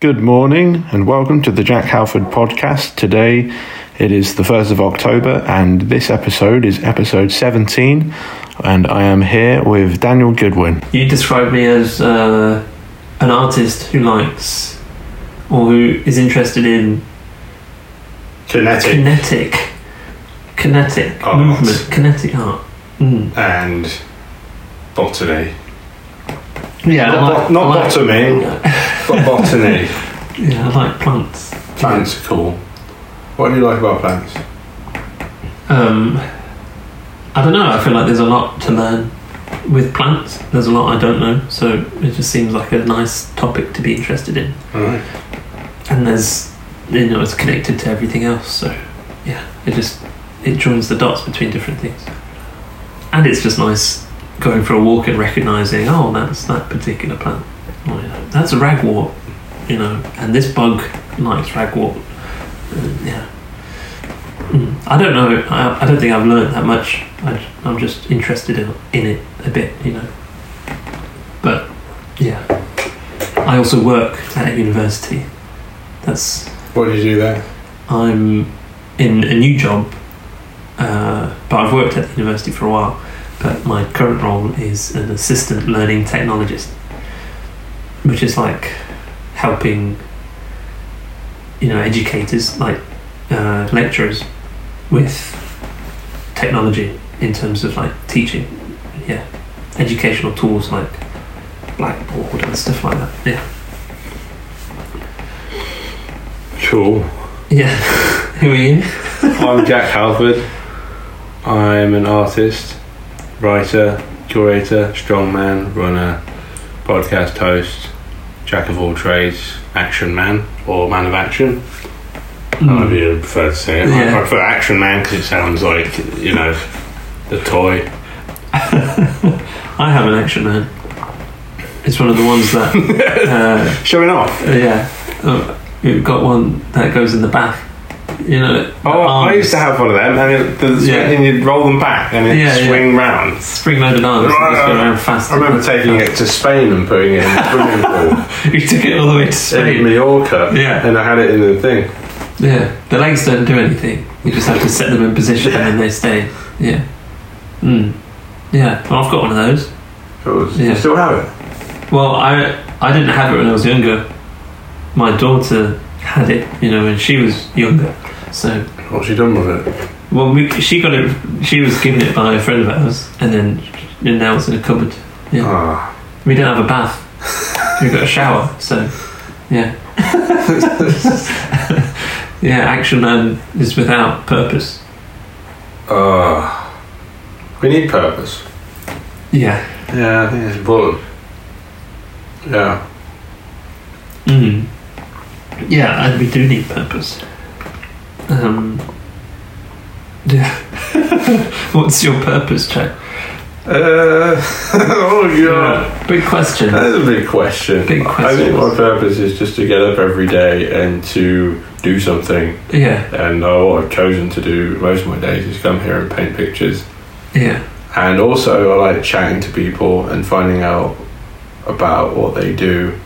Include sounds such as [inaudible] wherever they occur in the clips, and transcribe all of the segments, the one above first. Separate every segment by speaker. Speaker 1: Good morning and welcome to the Jack Halford podcast. Today it is the 1st of October and this episode is episode 17 and I am here with Daniel Goodwin.
Speaker 2: You describe me as uh, an artist who likes or who is interested in
Speaker 3: kinetic
Speaker 2: kinetic, kinetic
Speaker 3: Art.
Speaker 2: movement, kinetic art. Mm.
Speaker 3: and botany.
Speaker 2: Yeah,
Speaker 3: Not, bot- not
Speaker 2: I like,
Speaker 3: bottoming,
Speaker 2: [laughs]
Speaker 3: but botany.
Speaker 2: Yeah, I like plants.
Speaker 3: Plants are cool. What do you like about plants?
Speaker 2: Um, I don't know. I feel like there's a lot to learn with plants. There's a lot I don't know, so it just seems like a nice topic to be interested in.
Speaker 3: Alright.
Speaker 2: and there's you know it's connected to everything else so yeah it just it joins the dots between different things and it's just nice going for a walk and recognizing oh that's that particular plant oh, yeah, that's a ragwort you know and this bug likes ragwort Uh, yeah Mm, I don't know I, I don't think I've learned that much I, I'm just interested in, in it a bit you know but yeah I also work at a university that's
Speaker 3: What do you do there?
Speaker 2: I'm in a new job, uh, but I've worked at the university for a while. But my current role is an assistant learning technologist, which is like helping, you know, educators like uh, lecturers with technology in terms of like teaching, yeah, educational tools like Blackboard and stuff like that. Yeah.
Speaker 3: Cool.
Speaker 2: Yeah. [laughs] Who are you?
Speaker 3: I'm Jack Halford. I'm an artist, writer, curator, strongman, runner, podcast host, jack of all trades, action man, or man of action. However you prefer to say it.
Speaker 2: Mm-hmm. Yeah.
Speaker 3: I prefer Action Man because it sounds like, you know, the toy.
Speaker 2: I have an action man. It's one of the ones that,
Speaker 3: [laughs]
Speaker 2: uh,
Speaker 3: Showing off.
Speaker 2: yeah, oh, you've got one that goes in the back. You know, the
Speaker 3: Oh, I
Speaker 2: arms.
Speaker 3: used to have one of them and, it, the,
Speaker 2: Yeah.
Speaker 3: and you'd roll them back and it'd
Speaker 2: Yeah, yeah.
Speaker 3: swing round.
Speaker 2: spring loaded arms.
Speaker 3: Right,
Speaker 2: that just go
Speaker 3: right.
Speaker 2: around fast.
Speaker 3: I remember taking it to Spain and putting it in a swimming
Speaker 2: [laughs]
Speaker 3: pool
Speaker 2: You took it all the way to
Speaker 3: in
Speaker 2: Spain.
Speaker 3: Mallorca
Speaker 2: Yeah.
Speaker 3: and I had it in the thing.
Speaker 2: Yeah, the legs don't do anything. You just have to set them in position and then they stay. Yeah. Mm. Yeah. Well, I've got one of those.
Speaker 3: It was,
Speaker 2: Yeah.
Speaker 3: You still have it?
Speaker 2: Well, I I didn't have it when I was younger. My daughter had it, you know, when she was younger. So,
Speaker 3: What's she done with it?
Speaker 2: well, we, she got it. She was given it by a friend of ours, and then and now it's in a cupboard. Yeah.
Speaker 3: Ah.
Speaker 2: We don't have a [laughs] bath. We've got a shower. So, [laughs] yeah. yeah, Action Man is without purpose.
Speaker 3: Ah. we need purpose.
Speaker 2: Yeah.
Speaker 3: Yeah, I think it's important. Yeah.
Speaker 2: Mm. Yeah, and we do need purpose. Um. Yeah. [laughs] What's your purpose, Jack?
Speaker 3: Uh, [laughs] oh, God.
Speaker 2: Yeah, Big question.
Speaker 3: That's a big question.
Speaker 2: Big
Speaker 3: I think
Speaker 2: questions.
Speaker 3: my purpose is just to get up every day and to do something.
Speaker 2: Yeah,
Speaker 3: And uh, what I've chosen to do most of my days is come here and paint pictures.
Speaker 2: yeah,
Speaker 3: And also, I like chatting to people and finding out about what they do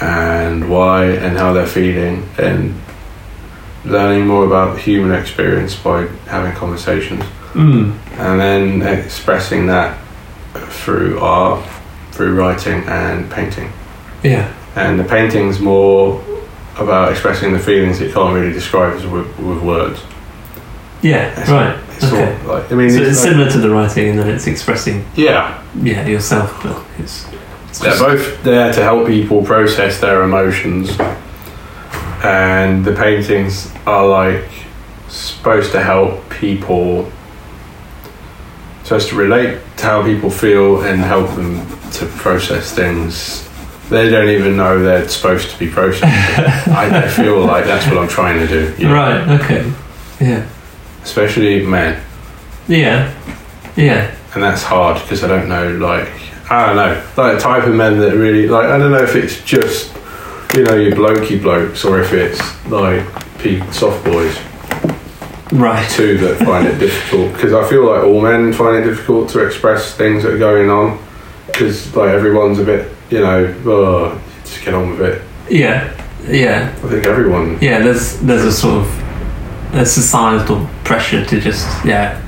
Speaker 3: and why and how they're feeling and learning more about the human experience by having conversations
Speaker 2: mm.
Speaker 3: and then expressing that through art, through writing and painting.
Speaker 2: yeah,
Speaker 3: and the painting's more about expressing the feelings it can't really describe as with, with words.
Speaker 2: yeah.
Speaker 3: It's-
Speaker 2: Right.
Speaker 3: It's sort
Speaker 2: Okay.
Speaker 3: of like I mean,
Speaker 2: So it's
Speaker 3: it's like,
Speaker 2: similar to the writing, and then it's expressing,
Speaker 3: yeah,
Speaker 2: yeah, yourself. But it's, it's
Speaker 3: they're
Speaker 2: just-
Speaker 3: both there to help people process their emotions, and the paintings are like supposed to help people, supposed to relate to how people feel and help them to process things. They don't even know they're supposed to be processed. I, I feel like that's what I'm trying to do. you know?
Speaker 2: right. Okay. Yeah.
Speaker 3: especially men,
Speaker 2: Yeah. Yeah.
Speaker 3: and that's hard because I don't know, like, I don't know, like the type of men that really, like, I don't know if it's just, you know, your blokey blokes or if it's like pe- soft boys
Speaker 2: Right.
Speaker 3: too that find it difficult because I feel like all men find it difficult to express things that are going on because like everyone's a bit, you know, oh, just get on with it.
Speaker 2: Yeah. yeah,
Speaker 3: I think everyone.
Speaker 2: yeah there's there's a sort of a societal pressure to just yeah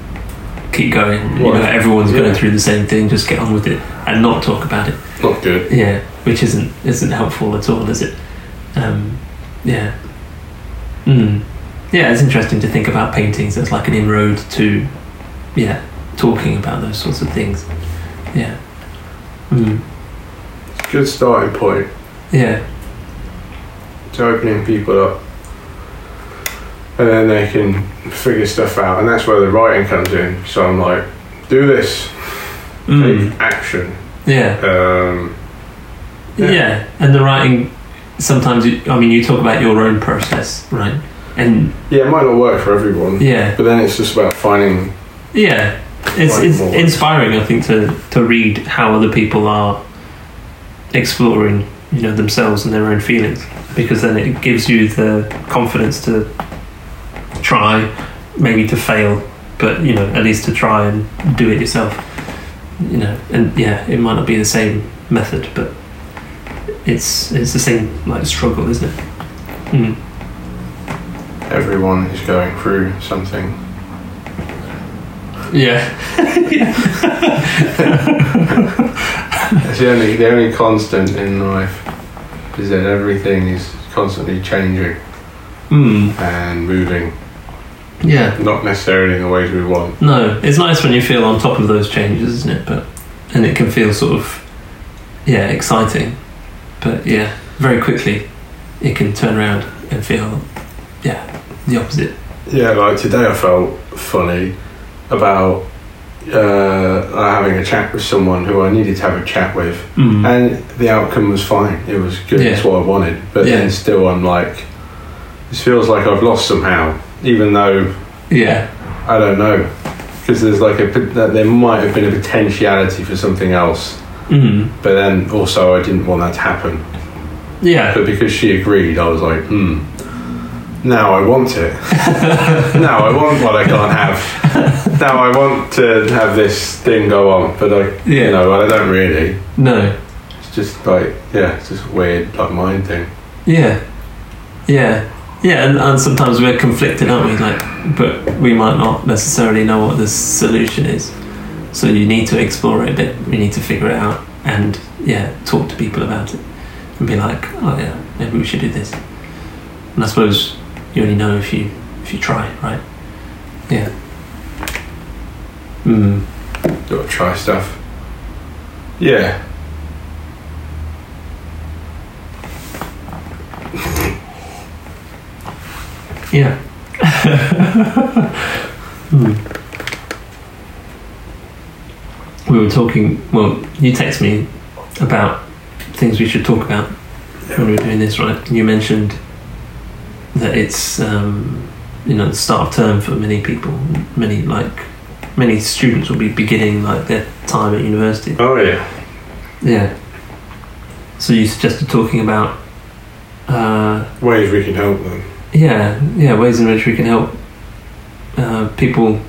Speaker 2: keep going you
Speaker 3: Well,
Speaker 2: know everyone's
Speaker 3: yeah.
Speaker 2: going through the same thing just get on with it and not talk about it
Speaker 3: Not good.
Speaker 2: yeah which isn't isn't helpful at all is it um yeah mm. yeah it's interesting to think about paintings as like an inroad to yeah talking about those sorts of things yeah mm.
Speaker 3: Good starting point
Speaker 2: yeah
Speaker 3: to opening people up. And then they can figure stuff out. And that's where the writing comes in. So I'm like, do this.
Speaker 2: Mm.
Speaker 3: Take action.
Speaker 2: yeah
Speaker 3: Um,
Speaker 2: Yeah.
Speaker 3: Yeah.
Speaker 2: and the writing sometimes you, I mean you talk about your own process, right? And
Speaker 3: yeah, it might not work for everyone.
Speaker 2: yeah,
Speaker 3: But then it's just about finding
Speaker 2: yeah, it's,
Speaker 3: Right,
Speaker 2: it's
Speaker 3: more.
Speaker 2: inspiring I think to to read how other people are exploring you know themselves and their own feelings because then it gives you the confidence to try, maybe to fail, but you know at least to try and do it yourself. You know, and yeah, it might not be the same method, but it's it's the same like struggle, isn't it? Mm.
Speaker 3: everyone is going through something.
Speaker 2: Yeah.
Speaker 3: It's the only the only constant in life is that everything is constantly changing
Speaker 2: Hmm.
Speaker 3: and moving,
Speaker 2: Yeah.
Speaker 3: not necessarily in the ways we want.
Speaker 2: No, it's nice when you feel on top of those changes, isn't it? But and it can feel sort of yeah exciting, but yeah, very quickly it can turn around and feel yeah the opposite.
Speaker 3: Yeah, like today I felt funny about uh, having a chat with someone who I needed to have a chat with,
Speaker 2: Mm.
Speaker 3: and the outcome was fine. It was good. It's
Speaker 2: Yeah.
Speaker 3: what I wanted. But
Speaker 2: Yeah.
Speaker 3: then still, I'm like, this feels like I've lost somehow, even though
Speaker 2: Yeah.
Speaker 3: I don't know. Because there's like a pot- that there might have been a potentiality for something else,
Speaker 2: Mm.
Speaker 3: but then also I didn't want that to happen.
Speaker 2: Yeah.
Speaker 3: [laughs] But because she agreed, I was like, hmm. Now I want it. now I want what I can't have. Now I want to have this thing go on, but I,
Speaker 2: Yeah.
Speaker 3: you know, I don't really.
Speaker 2: No.
Speaker 3: It's just like, yeah, it's just a weird like mind thing.
Speaker 2: Yeah. Yeah. Yeah, and, and sometimes we're conflicted, aren't we? Like, but we might not necessarily know what the solution is. So you need to explore it a bit. We need to figure it out, and yeah, talk to people about it, and be like, oh yeah, maybe we should do this. And I suppose you only know if you if you try, right? Yeah. Hmm.
Speaker 3: Gotta try stuff. Yeah.
Speaker 2: Yeah. Hmm. We were talking. Well, you text me about things we should talk about when we were doing this, right? You mentioned that it's um, you know the start of term for many people. Many like many students will be beginning like their time at university.
Speaker 3: Oh yeah.
Speaker 2: Yeah. So you suggested talking about. Uh,
Speaker 3: Ways we can help them.
Speaker 2: yeah yeah ways in which we can help uh, people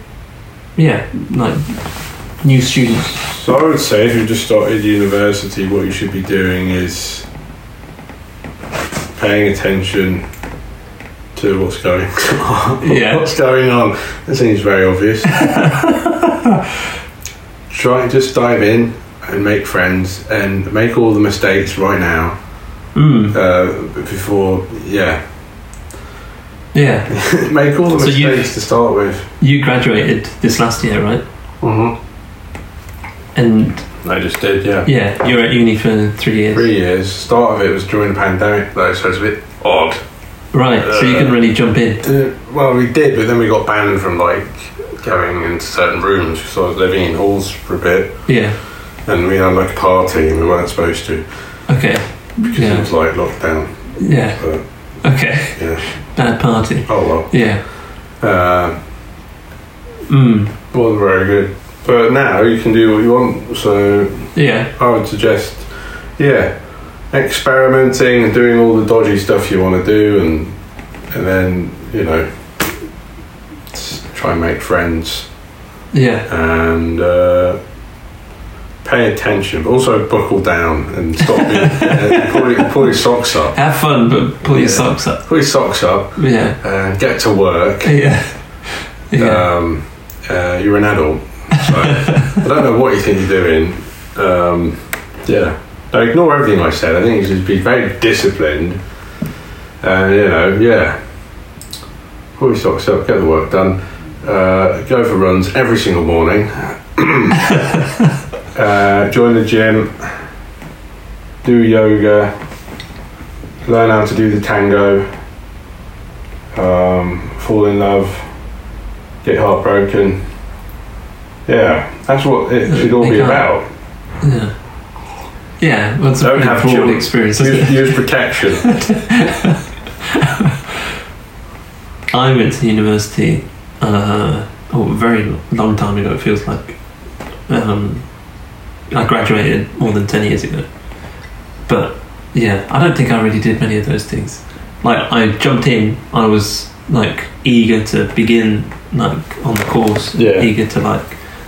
Speaker 2: yeah like new students
Speaker 3: So I would say if you just started university, what you should be doing is paying attention to what's going [laughs] on.
Speaker 2: Yeah.
Speaker 3: What's going on? That seems very
Speaker 2: [laughs]
Speaker 3: obvious. Try just dive in and make friends and make all the mistakes right now
Speaker 2: mm.
Speaker 3: uh, before yeah [laughs]
Speaker 2: yeah
Speaker 3: make all the
Speaker 2: So
Speaker 3: mistakes
Speaker 2: you-
Speaker 3: to start with.
Speaker 2: you graduated this last year right
Speaker 3: Mm-hmm.
Speaker 2: and
Speaker 3: I just did yeah.
Speaker 2: yeah you were at uni for three years
Speaker 3: Three years. Start of it was during the pandemic though, so it's a bit odd.
Speaker 2: right so you couldn't really jump in
Speaker 3: Uh, well, we did, but then we got banned from like going into certain rooms because I was living in halls for a bit,
Speaker 2: yeah
Speaker 3: and we had like a party and we weren't supposed to
Speaker 2: okay
Speaker 3: because it
Speaker 2: Yeah.
Speaker 3: was like lockdown.
Speaker 2: yeah
Speaker 3: But
Speaker 2: okay
Speaker 3: yeah,
Speaker 2: bad party
Speaker 3: oh
Speaker 2: yeah
Speaker 3: well, uh,
Speaker 2: mm.
Speaker 3: wasn't very good. But now you can do what you want, so
Speaker 2: yeah
Speaker 3: I would suggest, yeah, experimenting and doing all the dodgy stuff you want to do, and and then you know, s- try and make friends.
Speaker 2: yeah
Speaker 3: and uh, pay attention, but also buckle down and stop being, and pull, your, pull your socks up.
Speaker 2: Have fun, but pull your
Speaker 3: Yeah.
Speaker 2: socks up.
Speaker 3: Pull your socks up
Speaker 2: Yeah.
Speaker 3: and get to work.
Speaker 2: Yeah. Yeah.
Speaker 3: Um, uh, you're an adult, so I don't know what you think you're doing. Um, yeah, no, ignore everything I said. I think you should be very disciplined, and you know, yeah, pull your socks up, get the work done, uh, go for runs every single
Speaker 2: [coughs]
Speaker 3: morning, uh, join the gym, do yoga, learn how to do the tango, um, fall in love get heartbroken. Yeah, that's what it should all be
Speaker 2: They can't.
Speaker 3: about.
Speaker 2: yeah. Yeah, well, it's a
Speaker 3: Don't
Speaker 2: pretty
Speaker 3: have
Speaker 2: broad
Speaker 3: children.
Speaker 2: experience. isn't
Speaker 3: [laughs] Use,
Speaker 2: it?
Speaker 3: use
Speaker 2: [laughs]
Speaker 3: protection.
Speaker 2: I went to university uh, oh, a very long time ago, it feels like. Um, I graduated more than 10 years ago. But yeah, I don't think I really did many of those things. Like, I jumped in, I was like eager to begin like on the course,
Speaker 3: Yeah.
Speaker 2: eager to like,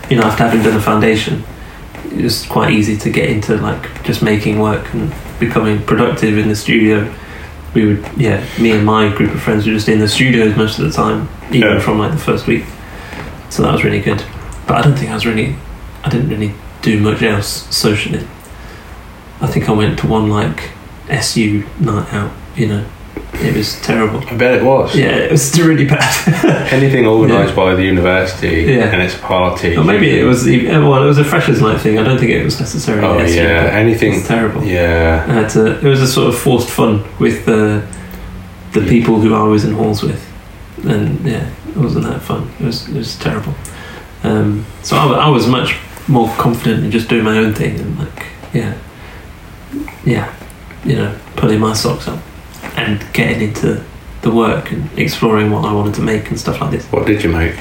Speaker 2: you know, after having done the foundation, it was quite easy to get into like just making work and becoming productive in the studio. We would, yeah, me and my group of friends were just in the studios most of the time, even
Speaker 3: Yeah.
Speaker 2: from like the first week. So that was really good. But I don't think I was really, I didn't really do much else socially. I think I went to one like SU night out, you know. It was terrible.
Speaker 3: I bet it was.
Speaker 2: Yeah, it was [laughs] really bad.
Speaker 3: Anything organised by the university
Speaker 2: Yeah.
Speaker 3: and its a party.
Speaker 2: or maybe it was, even, well, it was a freshers' night thing. I don't think it was necessarily
Speaker 3: Oh
Speaker 2: SU.
Speaker 3: yeah,
Speaker 2: but It was
Speaker 3: anything.
Speaker 2: terrible. I
Speaker 3: Yeah,
Speaker 2: had to, it was a sort of forced fun with the the
Speaker 3: Yeah.
Speaker 2: people who I was in halls with, and yeah, it wasn't that fun. It was it was terrible. Um, so I, wa- I was much more confident in just doing my own thing and like yeah, yeah, you know, pulling my socks up and getting into the work and exploring what I wanted to make and stuff like this.
Speaker 3: what did you make?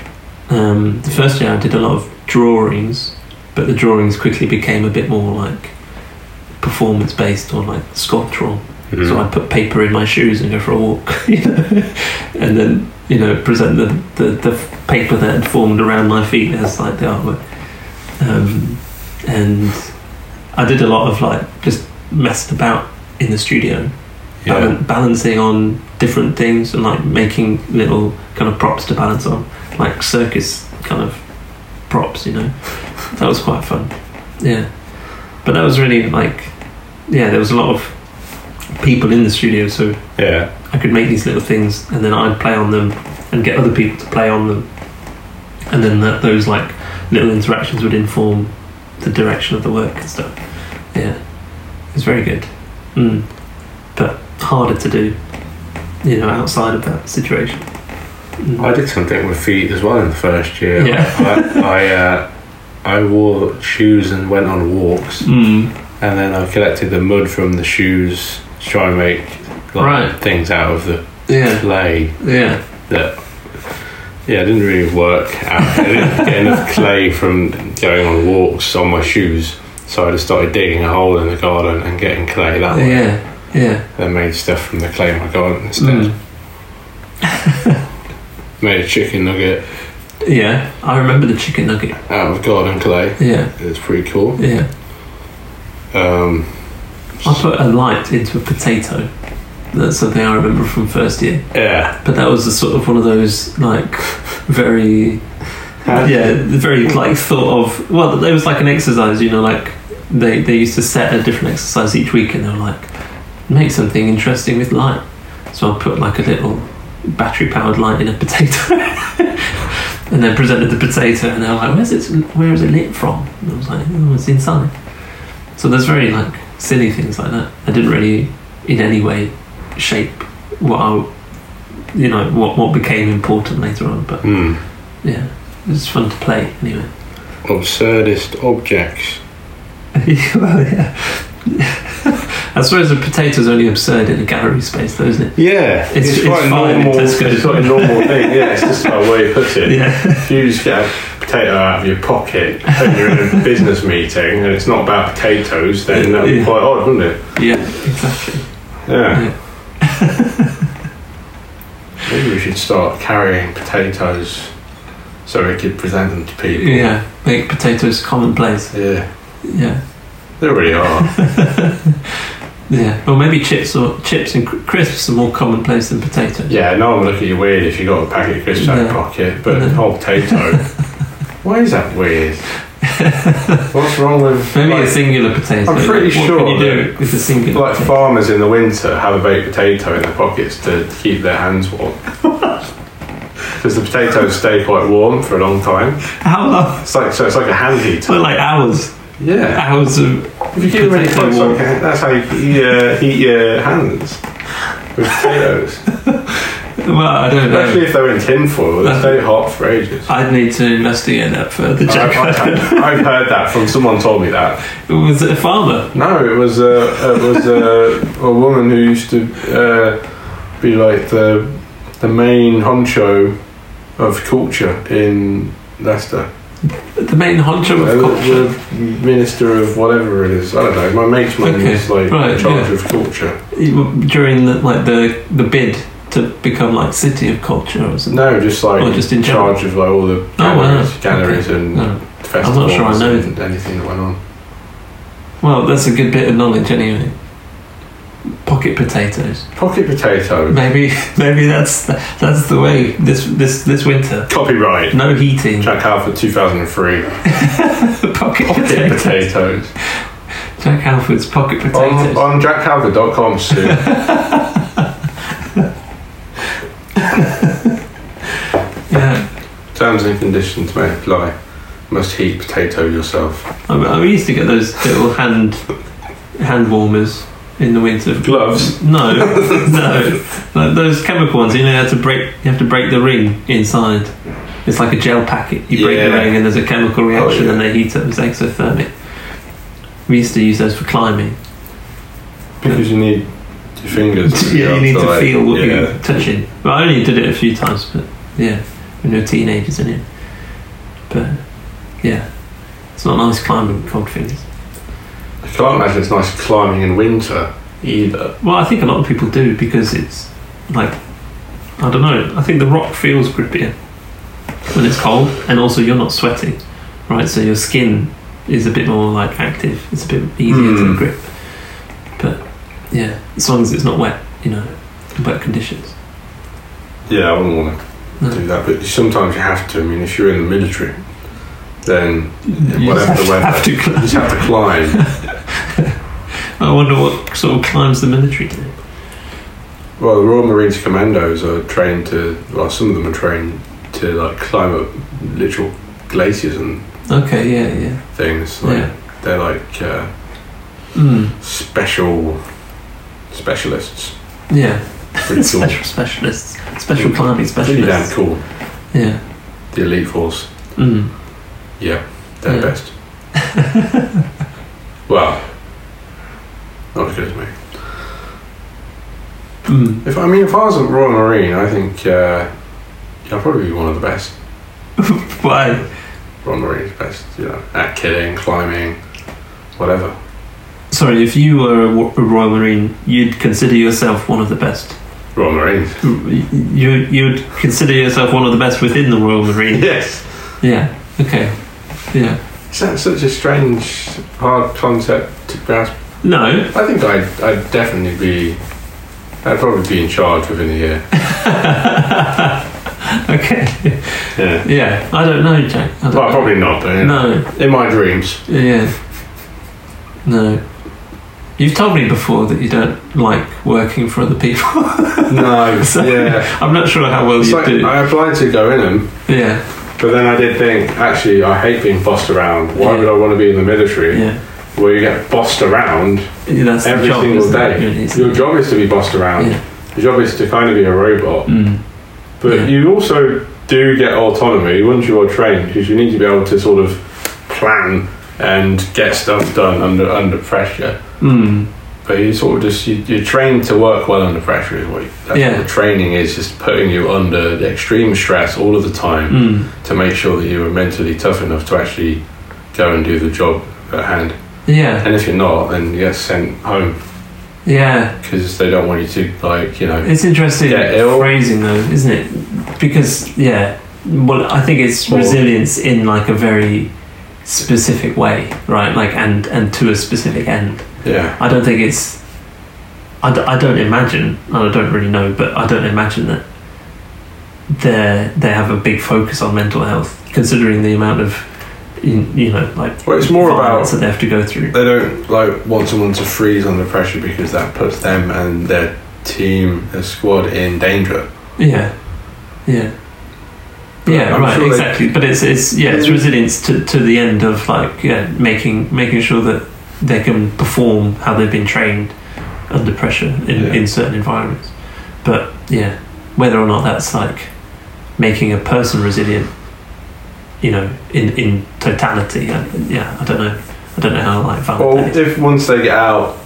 Speaker 2: Um, the first year I did a lot of drawings, but the drawings quickly became a bit more like performance based or like sculptural.
Speaker 3: Mm.
Speaker 2: So I put paper in my shoes and go for a walk, [laughs] you know, and then you know present the, the, the paper that had formed around my feet as like the artwork. Um, and I did a lot of like just messed about in the studio
Speaker 3: yeah.
Speaker 2: balan- balancing on different things and like making little kind of props to balance on, like circus kind of props, you know. That was quite fun. Yeah. But that was really like, yeah, there was a lot of people in the studio, so
Speaker 3: yeah,
Speaker 2: I could make these little things and then I'd play on them and get other people to play on them. And then that, those like little interactions would inform the direction of the work and stuff. Yeah. It's very good. Mm. But harder to do, you know, outside of that situation. Mm.
Speaker 3: I did something with feet as well in the first year.
Speaker 2: Yeah.
Speaker 3: I I, uh, I wore shoes and went on walks,
Speaker 2: Mm.
Speaker 3: and then I collected the mud from the shoes to try and make like,
Speaker 2: Right.
Speaker 3: things out of the
Speaker 2: Yeah.
Speaker 3: clay.
Speaker 2: Yeah.
Speaker 3: that yeah, it didn't really work out. I didn't get enough clay from going on walks on my shoes, so I just started digging a hole in the garden and getting clay that way.
Speaker 2: Yeah. Yeah.
Speaker 3: Then made stuff from the clay in my garden instead.
Speaker 2: Mm.
Speaker 3: Made a chicken nugget
Speaker 2: Yeah. I remember the chicken nugget.
Speaker 3: out of garden clay.
Speaker 2: Yeah.
Speaker 3: It was pretty cool.
Speaker 2: Yeah.
Speaker 3: Um,
Speaker 2: I put a light into a potato. That's something I remember from first year.
Speaker 3: yeah,
Speaker 2: But that was a sort of one of those like [laughs] very yeah, very like thought of. Well, it was like an exercise, you know, like they they used to set a different exercise each week, and they were like make something interesting with light. So I put like a little battery powered light in a potato. [laughs] And then presented the potato, and they were like, "Where's it? Where is it lit from?" And I was like, "Oh, it's inside." So there's very like silly things like that. I didn't really, in any way, shape what I you know what what became important later on but
Speaker 3: Hmm.
Speaker 2: yeah it's fun to play anyway
Speaker 3: absurdist objects.
Speaker 2: [laughs] well yeah [laughs] I suppose the potato's only absurd in a gallery space though isn't it
Speaker 3: Yeah,
Speaker 2: It's- it's fine in Tesco.
Speaker 3: It's quite a normal thing. Yeah, it's just about where you put it.
Speaker 2: [laughs] yeah
Speaker 3: If you just get a potato out of your pocket and you're in a business meeting and it's not about potatoes, then that'd be
Speaker 2: Yeah.
Speaker 3: quite odd, wouldn't it?
Speaker 2: yeah exactly
Speaker 3: Yeah. [laughs] Maybe we should start carrying potatoes so we could present them to people.
Speaker 2: yeah make potatoes commonplace
Speaker 3: Yeah.
Speaker 2: Yeah,
Speaker 3: They really are.
Speaker 2: yeah. Or maybe chips or chips and cr- crisps are more commonplace than potatoes.
Speaker 3: yeah, no one would look at you weird if you got a packet of crisps out of
Speaker 2: No.
Speaker 3: your pocket, but
Speaker 2: No.
Speaker 3: a whole potato. Why is that weird?
Speaker 2: [laughs]
Speaker 3: What's wrong with
Speaker 2: Maybe
Speaker 3: like,
Speaker 2: a singular potato.
Speaker 3: I'm pretty
Speaker 2: what
Speaker 3: sure
Speaker 2: Can you do
Speaker 3: that-
Speaker 2: with a singular?
Speaker 3: like
Speaker 2: potato?
Speaker 3: farmers in the winter have a baked potato in their pockets to keep their hands warm? [laughs] Because the potatoes stay quite warm for a long time.
Speaker 2: How long?
Speaker 3: It's like so it's like a hand heater.
Speaker 2: Well, like hours,
Speaker 3: Yeah.
Speaker 2: hours of.
Speaker 3: If you keep them in your pockets, like, that's how you eat your, heat your hands with potatoes.
Speaker 2: Well, I don't know.
Speaker 3: Especially if they're in tin foil, they stay hot for
Speaker 2: [laughs]
Speaker 3: ages.
Speaker 2: I'd need to investigate that further.
Speaker 3: I've,
Speaker 2: Jack. [laughs]
Speaker 3: I've- I've heard that from someone told me that.
Speaker 2: Was it a farmer?
Speaker 3: No, it was a it was a, a woman who used to uh, be like the the main honcho of culture in Leicester.
Speaker 2: The main honcho
Speaker 3: Uh,
Speaker 2: of culture.
Speaker 3: the minister of whatever it is. I don't know. My mate's mum
Speaker 2: Okay,
Speaker 3: was like
Speaker 2: right,
Speaker 3: in charge
Speaker 2: yeah.
Speaker 3: of culture.
Speaker 2: during the, like the the bid to become like city of culture or something.
Speaker 3: No, just like
Speaker 2: Or Oh, just in general?
Speaker 3: charge of like all the
Speaker 2: Oh, wow.
Speaker 3: galleries, galleries and
Speaker 2: No.
Speaker 3: festivals
Speaker 2: I'm not sure I know.
Speaker 3: and anything that went on.
Speaker 2: Well, that's a good bit of knowledge anyway. Pocket potatoes.
Speaker 3: Pocket potato.
Speaker 2: Maybe [laughs] maybe that's that's the way this this this winter.
Speaker 3: Copyright.
Speaker 2: No heating.
Speaker 3: Jack Halford 2003.
Speaker 2: [laughs] pocket
Speaker 3: Pocket
Speaker 2: potatoes.
Speaker 3: potatoes.
Speaker 2: Jack Halford's pocket potatoes.
Speaker 3: On, on jackhalford.com soon.
Speaker 2: Yeah.
Speaker 3: Terms and conditions may apply. Must heat potato yourself.
Speaker 2: I, I used to get those little hand hand warmers in the winter
Speaker 3: Gloves. [laughs]
Speaker 2: No, no. Like those chemical ones, you know, you have to break. You have to break the ring inside. It's like a gel packet. You break the
Speaker 3: Yeah. Oh,
Speaker 2: ring, and there's a chemical reaction,
Speaker 3: yeah.
Speaker 2: and they heat up as exothermic. We used to use those for climbing.
Speaker 3: Because you need your fingers.
Speaker 2: yeah, [laughs] you need to
Speaker 3: like-
Speaker 2: feel what
Speaker 3: yeah.
Speaker 2: you're touching. Well, I only did it a few times, but yeah, when you're teenagers, in it. But yeah, it's not nice climbing with cold fingers.
Speaker 3: I can't imagine it's nice climbing in winter either.
Speaker 2: Well, I think a lot of people do because it's like I don't know. I think the rock feels grippier when it's cold, and also you're not sweating, right? So your skin is a bit more like active. It's a bit easier
Speaker 3: Hmm.
Speaker 2: to grip. But yeah, as long as it's not wet, you know, wet conditions.
Speaker 3: Yeah, I wouldn't want to
Speaker 2: No.
Speaker 3: do that. But sometimes you have to. I mean, if you're in the military, then
Speaker 2: You
Speaker 3: whatever
Speaker 2: just
Speaker 3: the weather,
Speaker 2: have to
Speaker 3: you just have to climb.
Speaker 2: [laughs] I wonder what sort of climbs the military do.
Speaker 3: Well, the Royal Marines Commandos are trained to. Well, some of them are trained to like climb up literal glaciers and
Speaker 2: Okay, yeah, yeah.
Speaker 3: things. Like
Speaker 2: Oh, Yeah.
Speaker 3: they're like uh,
Speaker 2: Mm,
Speaker 3: special specialists.
Speaker 2: yeah.
Speaker 3: Pretty cool.
Speaker 2: Special specialists, special
Speaker 3: Mm.
Speaker 2: climbing
Speaker 3: Pretty damn
Speaker 2: specialists.
Speaker 3: cool.
Speaker 2: Yeah.
Speaker 3: The elite force.
Speaker 2: Mm.
Speaker 3: Yeah, they're the
Speaker 2: Yeah.
Speaker 3: [laughs] best. well, not as good as me.
Speaker 2: Mm.
Speaker 3: If I mean, if I was a Royal Marine, I think uh, yeah, I'd probably be one of the best.
Speaker 2: Why?
Speaker 3: Royal Marines, best. You know, at kidding, climbing, whatever.
Speaker 2: Sorry, if you were a, wa- a Royal Marine, you'd consider yourself one of the best.
Speaker 3: Royal Marines.
Speaker 2: You, you'd consider yourself one of the best within the Royal Marine.
Speaker 3: [laughs] [laughs] Yes.
Speaker 2: yeah, okay. Yeah.
Speaker 3: Is that such a strange, hard concept to grasp?
Speaker 2: No. [laughs]
Speaker 3: I think I'd, I'd definitely be. I'd probably be in charge within a year.
Speaker 2: okay.
Speaker 3: Yeah.
Speaker 2: Yeah, I don't know, Jack. I don't
Speaker 3: Well,
Speaker 2: know.
Speaker 3: probably not. But, you know,
Speaker 2: No.
Speaker 3: In my dreams.
Speaker 2: Yeah. No. You've told me before that you don't like working for other people. [laughs]
Speaker 3: No. [laughs]
Speaker 2: So-
Speaker 3: yeah.
Speaker 2: I'm not sure how well
Speaker 3: It's
Speaker 2: you
Speaker 3: like
Speaker 2: do.
Speaker 3: I applied to go in them.
Speaker 2: yeah.
Speaker 3: But then I did think, actually, I hate being bossed around. Why
Speaker 2: Yeah.
Speaker 3: would I want to be in the military
Speaker 2: Yeah.
Speaker 3: where you get bossed around?
Speaker 2: yeah that's the
Speaker 3: Every
Speaker 2: job,
Speaker 3: single
Speaker 2: isn't it,
Speaker 3: day.
Speaker 2: really, isn't
Speaker 3: Your
Speaker 2: it?
Speaker 3: job is to be bossed around.
Speaker 2: Yeah.
Speaker 3: Your job is to kind of be a robot.
Speaker 2: Mm.
Speaker 3: But
Speaker 2: Yeah.
Speaker 3: you also do get autonomy once you are trained because you need to be able to sort of plan and get stuff done under under pressure.
Speaker 2: Mm.
Speaker 3: But you sort of just you, you're trained to work well under pressure. Is what you, that's
Speaker 2: Yeah.
Speaker 3: what the training is just putting you under extreme stress all of the time.
Speaker 2: Mm.
Speaker 3: to make sure that you are mentally tough enough to actually go and do the job at hand.
Speaker 2: Yeah,
Speaker 3: And if you're not, then you get sent home
Speaker 2: yeah.
Speaker 3: because they don't want you to, like, you know.
Speaker 2: It's interesting
Speaker 3: Yeah, it'll-
Speaker 2: phrasing though, isn't it? Because yeah, well, I think it's
Speaker 3: Well-
Speaker 2: resilience in like a very specific way, right? Like and and to a specific end.
Speaker 3: Yeah.
Speaker 2: I don't think it's. I, d- I don't imagine, and I don't really know, but I don't imagine that they they have a big focus on mental health, considering the amount of, you, you know, like
Speaker 3: Well, it's more about-
Speaker 2: violence that they have to go through.
Speaker 3: They don't like want someone to freeze under pressure because that puts them and their team, their squad in danger.
Speaker 2: Yeah, yeah,
Speaker 3: But
Speaker 2: yeah.
Speaker 3: I'm
Speaker 2: right,
Speaker 3: sure they-
Speaker 2: exactly. But it's it's yeah, it's resilience to, to the end of like yeah, making making sure that they can perform how they've been trained under pressure in,
Speaker 3: Yeah.
Speaker 2: in certain environments. But yeah, whether or not that's like making a person resilient, you know, in in totality. I, yeah, I don't know. I don't know how like valid
Speaker 3: Well,
Speaker 2: that is.
Speaker 3: if once they get out,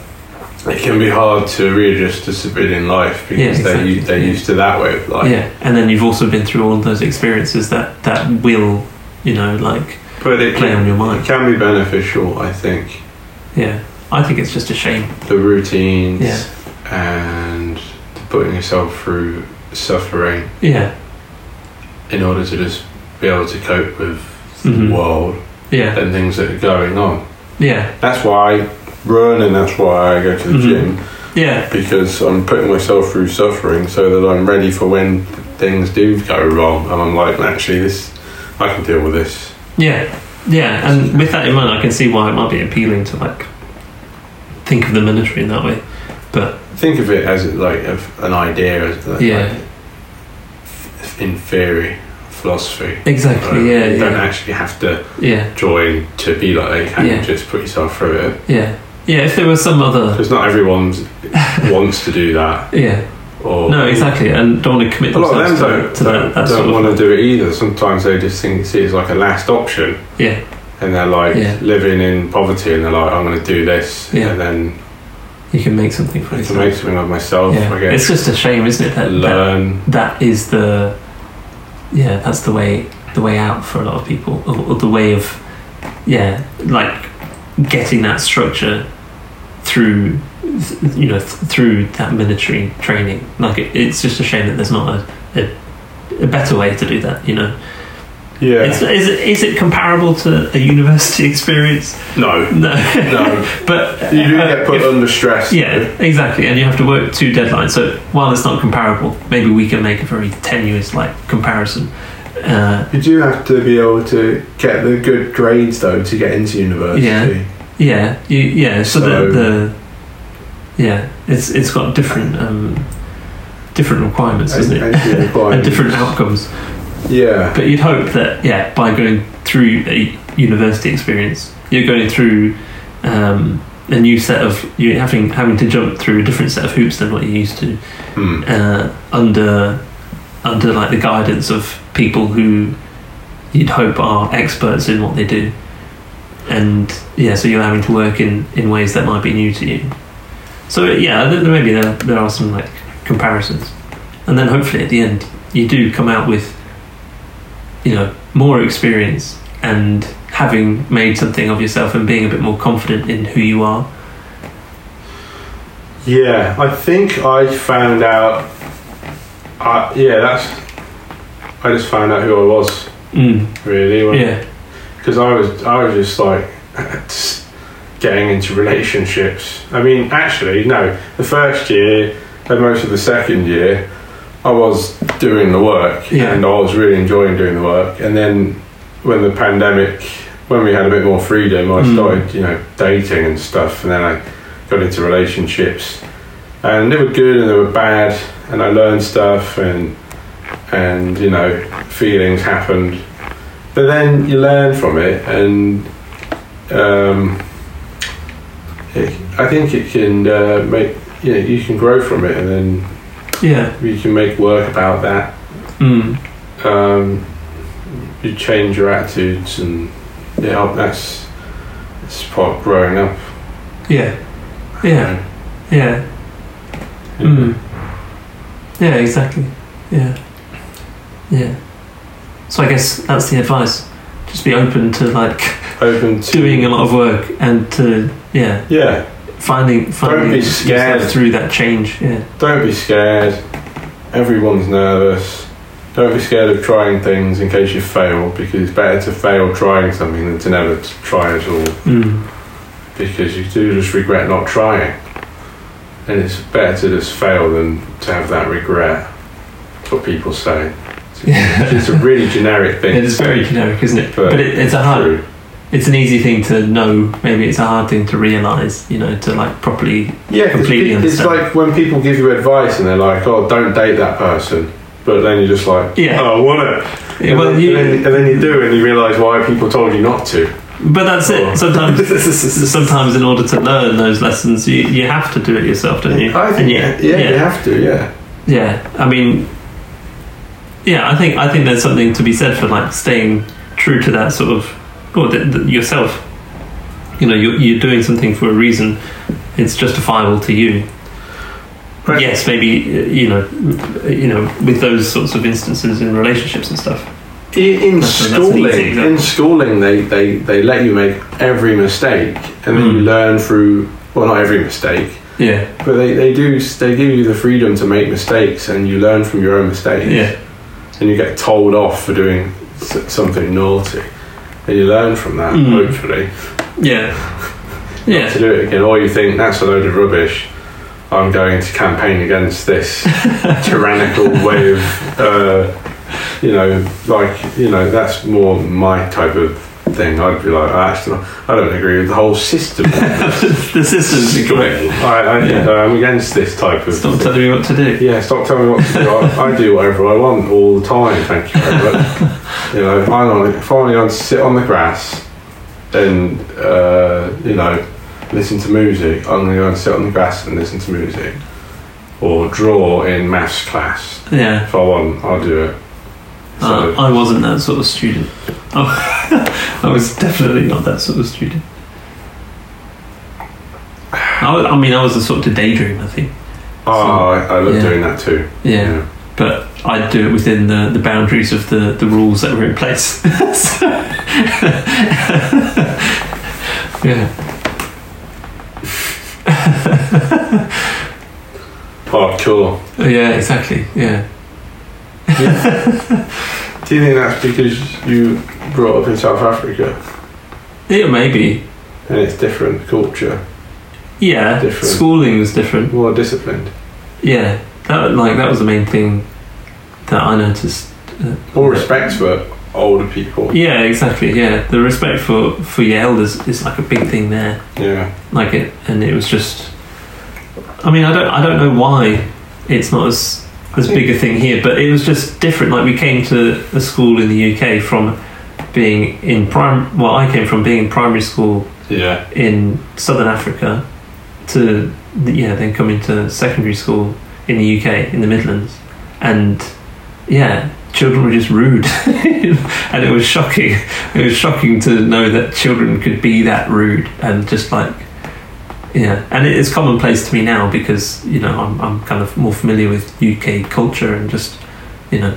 Speaker 3: it can be hard to readjust to civilian life because
Speaker 2: Yeah, exactly.
Speaker 3: they're, u- they're
Speaker 2: Yeah.
Speaker 3: used to that way of life.
Speaker 2: yeah, and then you've also been through all of those experiences that that will, you know, like
Speaker 3: But it
Speaker 2: play on
Speaker 3: can,
Speaker 2: your mind.
Speaker 3: it can be beneficial, I think.
Speaker 2: Yeah, I think it's just a shame.
Speaker 3: The routines
Speaker 2: Yeah.
Speaker 3: and the putting yourself through suffering
Speaker 2: Yeah,
Speaker 3: in order to just be able to cope with
Speaker 2: Mhm.
Speaker 3: the world
Speaker 2: yeah,
Speaker 3: and things that are going on.
Speaker 2: yeah,
Speaker 3: That's why I run and that's why I go to the
Speaker 2: Mhm.
Speaker 3: gym.
Speaker 2: yeah,
Speaker 3: because I'm putting myself through suffering so that I'm ready for when things do go wrong and I'm like actually this I can deal with this
Speaker 2: yeah, yeah. And with that in mind, I can see why it might be appealing to like think of the military in that way.
Speaker 3: think of it as like of an idea as like,
Speaker 2: Yeah.
Speaker 3: f- in theory philosophy
Speaker 2: Exactly. Yeah,
Speaker 3: you don't
Speaker 2: yeah,
Speaker 3: actually have to
Speaker 2: yeah,
Speaker 3: join to be like that you can
Speaker 2: Yeah.
Speaker 3: just put yourself through it
Speaker 2: yeah, yeah. If there was some other,
Speaker 3: because not everyone wants to do that
Speaker 2: yeah,
Speaker 3: or
Speaker 2: no, exactly, and don't want to commit
Speaker 3: a lot of
Speaker 2: themselves
Speaker 3: them don't,
Speaker 2: to, to
Speaker 3: don't,
Speaker 2: that, that sort
Speaker 3: don't
Speaker 2: of
Speaker 3: want to do it either sometimes they just think see it as like a last option
Speaker 2: yeah,
Speaker 3: and they're like
Speaker 2: Yeah.
Speaker 3: living in poverty and they're like I'm going to do this
Speaker 2: Yeah.
Speaker 3: and then
Speaker 2: you can make something for
Speaker 3: to
Speaker 2: yourself.
Speaker 3: make something of myself
Speaker 2: yeah.
Speaker 3: I guess
Speaker 2: It's just a shame, isn't it? That, that
Speaker 3: learn
Speaker 2: that is the yeah that's the way the way out for a lot of people or, or the way of yeah like getting that structure through th- you know th- through that military training like it, it's just a shame that there's not a, a, a better way to do that you know
Speaker 3: yeah
Speaker 2: it's, is, it, is it comparable to a university [laughs] experience [laughs]
Speaker 3: no
Speaker 2: no
Speaker 3: no
Speaker 2: but
Speaker 3: you do
Speaker 2: uh,
Speaker 3: get put
Speaker 2: if-
Speaker 3: under stress
Speaker 2: yeah, exactly. And you have to work two deadlines. So while it's not comparable, maybe we can make a very tenuous like comparison. Uh,
Speaker 3: you do have to be able to get the good grades though to get into university
Speaker 2: Yeah. yeah, you, yeah. So,
Speaker 3: So-
Speaker 2: the, the yeah, it's it's got different um, different requirements, [laughs]
Speaker 3: And-
Speaker 2: isn't it?
Speaker 3: and your
Speaker 2: And
Speaker 3: requirements.
Speaker 2: different outcomes.
Speaker 3: yeah
Speaker 2: But you'd hope that yeah, by going through a university experience, you're going through um, a new set of you having having to jump through a different set of hoops than what you're used to.
Speaker 3: Hmm.
Speaker 2: uh, under under like the guidance of people who you'd hope are experts in what they do. And yeah, so you're having to work in, in ways that might be new to you. So yeah, th- maybe there there are some like comparisons, and then hopefully at the end you do come out with you know more experience and having made something of yourself and being a bit more confident in who you are.
Speaker 3: yeah I think I found out I, yeah that's I just found out who I was
Speaker 2: Mm.
Speaker 3: really when-
Speaker 2: Yeah,
Speaker 3: because I was I was just like [laughs] just getting into relationships. I mean, actually, no. The first year and most of the second year, I was doing the work,
Speaker 2: Yeah.
Speaker 3: and I was really enjoying doing the work. And then when the pandemic, when we had a bit more freedom, I
Speaker 2: Mm.
Speaker 3: started you know dating and stuff, and then I got into relationships, and they were good and they were bad, and I learned stuff and. And you know, feelings happened, but then you learn from it, and um, it, I think it can uh, make you know you can grow from it, and then
Speaker 2: yeah,
Speaker 3: you can make work about that.
Speaker 2: mm.
Speaker 3: Um, you change your attitudes, and yeah, that's that's part of growing up.
Speaker 2: yeah, yeah, yeah.
Speaker 3: you know.
Speaker 2: Mm. Hmm. Yeah, exactly. Yeah. Yeah. So I guess that's the advice. Just be open to like [laughs]
Speaker 3: Open to
Speaker 2: doing a lot of work and to yeah,
Speaker 3: Yeah,
Speaker 2: finding finding
Speaker 3: be
Speaker 2: yourself
Speaker 3: scared.
Speaker 2: through that change. Yeah.
Speaker 3: don't be scared. Everyone's nervous. Don't be scared of trying things in case you fail, because it's better to fail trying something than to never t- try at all,
Speaker 2: Mm.
Speaker 3: because you do just regret not trying. And it's better to just fail than to have that regret. That's what people say. It's, it's a really generic thing.
Speaker 2: It is very generic, isn't it? But, it, it's a hard,
Speaker 3: True.
Speaker 2: it's an easy thing to know. Maybe it's a hard thing to realise, you know, to like properly.
Speaker 3: Yeah, 'cause
Speaker 2: Completely
Speaker 3: pe- it's
Speaker 2: understand.
Speaker 3: like when people give you advice and they're like, "Oh, don't date that person," but then you're just like,
Speaker 2: Yeah.
Speaker 3: "Oh, what?" a-" And,
Speaker 2: well,
Speaker 3: then,
Speaker 2: you-
Speaker 3: and, then, and then you do, and you realise why people told you not to.
Speaker 2: but that's
Speaker 3: Or-
Speaker 2: it. Sometimes,
Speaker 3: [laughs]
Speaker 2: sometimes in order to learn those lessons, you, you have to do it yourself, don't you?
Speaker 3: I think,
Speaker 2: And
Speaker 3: yeah,
Speaker 2: yeah,
Speaker 3: you
Speaker 2: yeah.
Speaker 3: have to. Yeah,
Speaker 2: Yeah, I mean, yeah, I think I think there's something to be said for like staying true to that sort of or th- th- yourself. You know, you're, you're doing something for a reason. It's justifiable to you.
Speaker 3: Right.
Speaker 2: Yes, maybe uh, you know, uh, you know, with those sorts of instances in relationships and stuff.
Speaker 3: in, in
Speaker 2: That's a- that's an
Speaker 3: schooling,
Speaker 2: easy example.
Speaker 3: in schooling, they, they they let you make every mistake, and then you
Speaker 2: Mm.
Speaker 3: learn through. Well, not every mistake,
Speaker 2: Yeah,
Speaker 3: but they, they do. They give you the freedom to make mistakes, and you learn from your own mistakes.
Speaker 2: yeah,
Speaker 3: and you get told off for doing s- something naughty, and you learn from that,
Speaker 2: Mm.
Speaker 3: hopefully,
Speaker 2: yeah,
Speaker 3: to
Speaker 2: yeah.
Speaker 3: do it again. Or you think that's a load of rubbish. I'm going to campaign against this [laughs] tyrannical way of, uh, you know, like you know, that's more my type of thing. I'd be like, I actually, I don't agree with the
Speaker 2: [laughs]
Speaker 3: whole system.
Speaker 2: the system's
Speaker 3: Schooling. I, I,
Speaker 2: Yeah.
Speaker 3: I'm against this type of.
Speaker 2: Stop
Speaker 3: thing.
Speaker 2: telling me what to do.
Speaker 3: Yeah, stop telling me what to do. I, I do whatever I want all the time. Thank you very much. You know, if I want, if I want to sit on the grass and uh, you know listen to music, I'm going to go and sit on the grass and listen to music, or draw in maths class.
Speaker 2: Yeah.
Speaker 3: If I want, I'll do it.
Speaker 2: Uh,
Speaker 3: So
Speaker 2: I wasn't that sort of student. Oh. [laughs] I was definitely not that sort of student. I, wa- I mean, I was a sort of daydream, I think.
Speaker 3: Ah, I, I love
Speaker 2: yeah.
Speaker 3: doing that too.
Speaker 2: Yeah, but I'd do it within the, the boundaries of the, the rules that were in place. [laughs] So- yeah,
Speaker 3: Hardcore.
Speaker 2: yeah, exactly. Yeah,
Speaker 3: Do you think that's because you brought up in South Africa
Speaker 2: yeah, maybe.
Speaker 3: and it's different culture,
Speaker 2: Yeah,
Speaker 3: Different.
Speaker 2: schooling was different.
Speaker 3: more disciplined,
Speaker 2: Yeah, that like that was the main thing that I noticed. uh,
Speaker 3: more respect for older people?
Speaker 2: Yeah, exactly. Yeah, the respect for for your elders is like a big thing there.
Speaker 3: yeah.
Speaker 2: Like it, and it was just. I mean, I don't, I don't know why it's not as as big a thing here, but it was just different. Like we came to a school in the UK from being in prime. Well, I came from being in primary school
Speaker 3: Yeah,
Speaker 2: in southern Africa to yeah, then coming to secondary school in the UK in the Midlands, and yeah, children were just rude, [laughs] and it was shocking. It was shocking to know that children could be that rude and just like. Yeah, and it is commonplace to me now because you know I'm I'm kind of more familiar with UK culture and just you know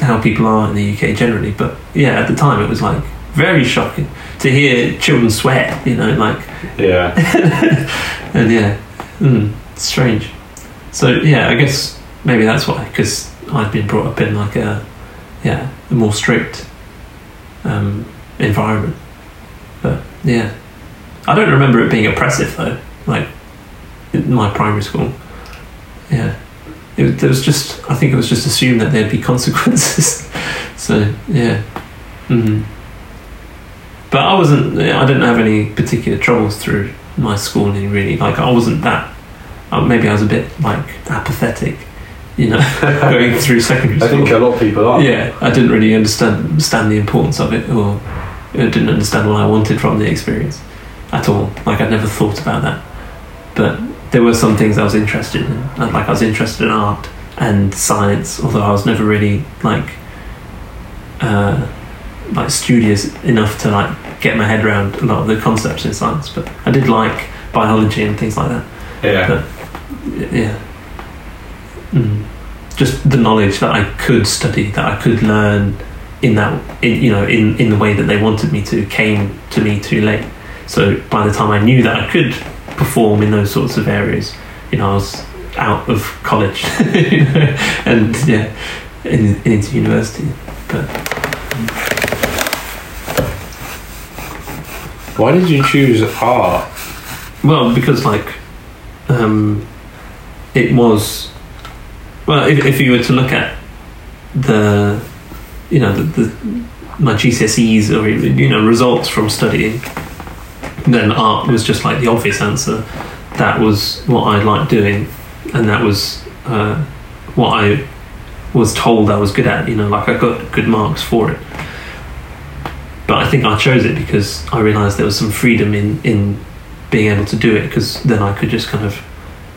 Speaker 2: how people are in the UK generally. But yeah, at the time it was like very shocking to hear children sweat. You know, like [laughs]
Speaker 3: yeah.
Speaker 2: and yeah, mm, it's strange. So yeah, I guess maybe that's why, because I've been brought up in like a yeah a more strict um, environment. But yeah, I don't remember it being oppressive though. Like in my primary school, yeah, it, was- there was just I think it was just assumed that there'd be [laughs] consequences. so yeah. Mm. But I wasn't. I didn't have any particular troubles through my schooling really like i wasn't that uh, maybe i was a bit like apathetic you know [laughs]
Speaker 3: I
Speaker 2: going through secondary school
Speaker 3: think a lot of people are.
Speaker 2: yeah i didn't really understand, understand the importance of it or I didn't understand what i wanted from the experience at all like i'd never thought about that but there were some things i was interested in and, like i was interested in art and science although i was never really like uh, like studious enough to like get my head around a lot of the concepts in science but i did like biology and things like that
Speaker 3: yeah.
Speaker 2: yeah. Mm. Just the knowledge that I could study, that I could learn in that, in, you know, in, in the way that they wanted me to, came to me too late. So by the time I knew that I could perform in those sorts of areas, you know, I was out of college, you know, [laughs] and yeah, in, into university.
Speaker 3: Why did you choose art?
Speaker 2: Well, because like, um, it was. Well, if, if you were to look at the, you know, the, the my GCSEs or even, you know results from studying, then art was just like the obvious answer. That was what I liked doing, and that was uh, what I was told I was good at. You know, like I got good marks for it. But I think I chose it because I realised there was some freedom in in being able to do it because then I could just kind of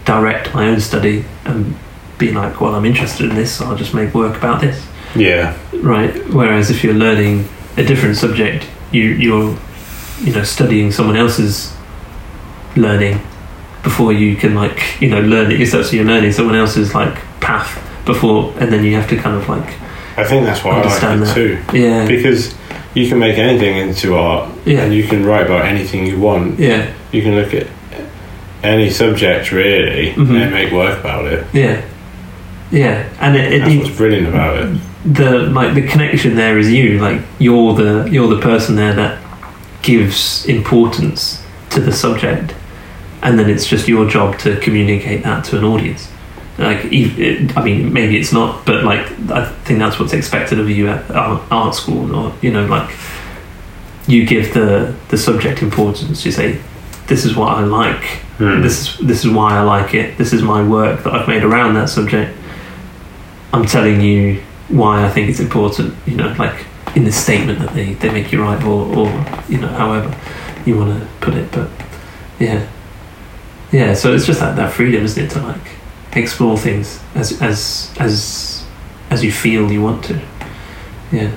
Speaker 2: direct my own study and be like, well, I'm interested in this, so I'll just make work about this
Speaker 3: Yeah.
Speaker 2: right? Whereas if you're learning a different subject, you you're you know studying someone else's learning before you can like you know learn it yourself. So you're learning someone else's like path before, and then you have to kind of like
Speaker 3: I think that's why I like it
Speaker 2: Understand that.
Speaker 3: too.
Speaker 2: yeah
Speaker 3: Because you can make anything into art
Speaker 2: yeah
Speaker 3: and you can write about anything you want.
Speaker 2: yeah
Speaker 3: You can look at any subject really
Speaker 2: Mhm.
Speaker 3: and make work about it.
Speaker 2: yeah yeah, and it, it,
Speaker 3: That's what's brilliant about it.
Speaker 2: the like the connection there is you like you're the you're the person there that gives importance to the subject and then it's just your job to communicate that to an audience like ev- it, i mean maybe it's not but like i think that's what's expected of you at art, art school or you know like you give the the subject importance you say this is what i like
Speaker 3: Hmm.
Speaker 2: this is this is why I like it. This is my work that I've made around that subject. I'm telling you why I think it's important. You know, like in the statement that they, they make you write, or or you know, however you want to put it. But yeah, yeah. So it's just that that freedom, isn't it, to like explore things as as as as you feel you want to. Yeah.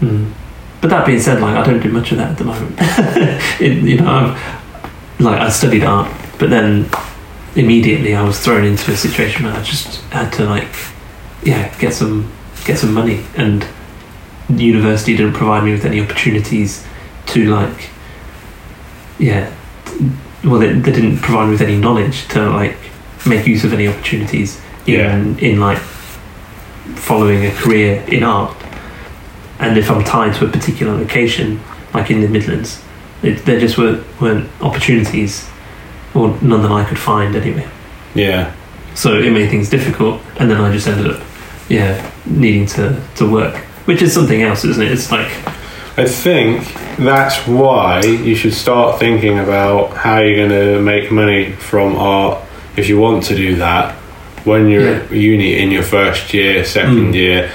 Speaker 2: Mm. But that being said, like I don't do much of that at the moment. [laughs] it, you know, I've like I studied art, but then immediately I was thrown into a situation where I just had to like, yeah, get some get some money, and the university didn't provide me with any opportunities to like, yeah, t- well they, they didn't provide me with any knowledge to like make use of any opportunities in in like following a career in art, and if I'm tied to a particular location, like in the Midlands, it, there just were, weren't opportunities, or none that I could find anyway.
Speaker 3: Hmm. Yeah.
Speaker 2: So it made things difficult, and then I just ended up, yeah, needing to, to work, which is something else, isn't it? It's like,
Speaker 3: I think that's why you should start thinking about how you're going to make money from art if you want to do that when you're at uni in your first year, second
Speaker 2: Mm.
Speaker 3: year,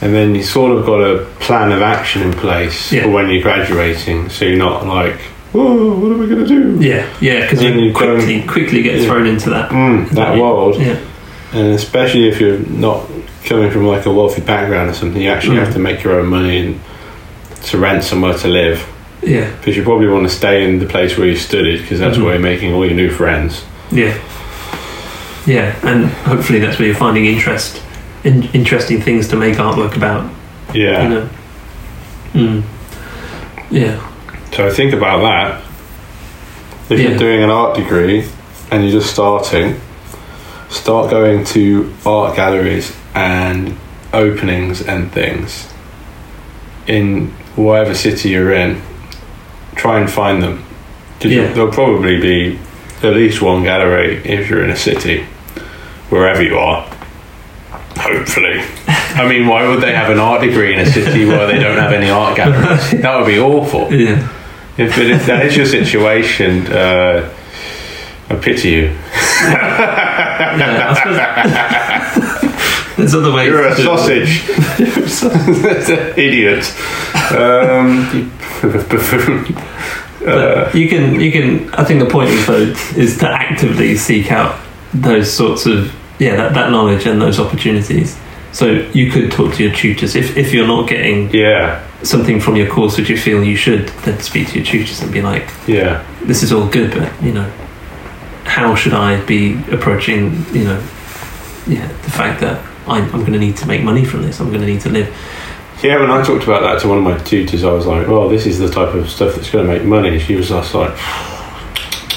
Speaker 3: and then you sort of got a plan of action in place
Speaker 2: Yeah.
Speaker 3: for when you're graduating so you're not like, whoa, what am I going to do?
Speaker 2: yeah, yeah, because
Speaker 3: And
Speaker 2: you
Speaker 3: you don't-
Speaker 2: quickly quickly get
Speaker 3: yeah.
Speaker 2: thrown into that.
Speaker 3: Mm, that world.
Speaker 2: Yeah,
Speaker 3: and especially if you're not coming from like a wealthy background or something, you actually
Speaker 2: Mm.
Speaker 3: have to make your own money and to rent somewhere to live
Speaker 2: yeah,
Speaker 3: because you probably want to stay in the place where you studied because that's
Speaker 2: Mhm.
Speaker 3: where you're making all your new friends.
Speaker 2: yeah, yeah, and hopefully that's where you're finding interest, in, interesting things to make artwork about.
Speaker 3: Yeah.
Speaker 2: You know. Mm. Yeah.
Speaker 3: So I think about that. If
Speaker 2: Yeah.
Speaker 3: you're doing an art degree and you're just starting, start going to art galleries and openings and things in whatever city you're in. Try and find them. 'Cause
Speaker 2: Yeah.
Speaker 3: There'll probably be at least one gallery if you're in a city, wherever you are.
Speaker 2: [laughs]
Speaker 3: Hopefully. I mean, why would they have an art degree in a city where they don't have any art galleries? That would be awful.
Speaker 2: Yeah.
Speaker 3: If, but if that is your situation, uh, I pity you.
Speaker 2: yeah. I suppose [laughs]
Speaker 3: [laughs]
Speaker 2: there's other ways.
Speaker 3: You're a
Speaker 2: to-
Speaker 3: sausage. [laughs] Idiot. Um, [laughs] you buffoon. Uh,
Speaker 2: But you can, you can. I think the point is though is to actively seek out those sorts of yeah that, that knowledge and those opportunities. So you could talk to your tutors if if you're not getting
Speaker 3: yeah,
Speaker 2: something from your course which you feel you should, then speak to your tutors and be like,
Speaker 3: yeah.
Speaker 2: this is all good, but you know, how should I be approaching you know, yeah, the fact that I'm, I'm going to need to make money from this. I'm going to need to live.
Speaker 3: Yeah, when I talked about that to one of my tutors, I was like, well, this is the type of stuff that's going to make money. She was just like,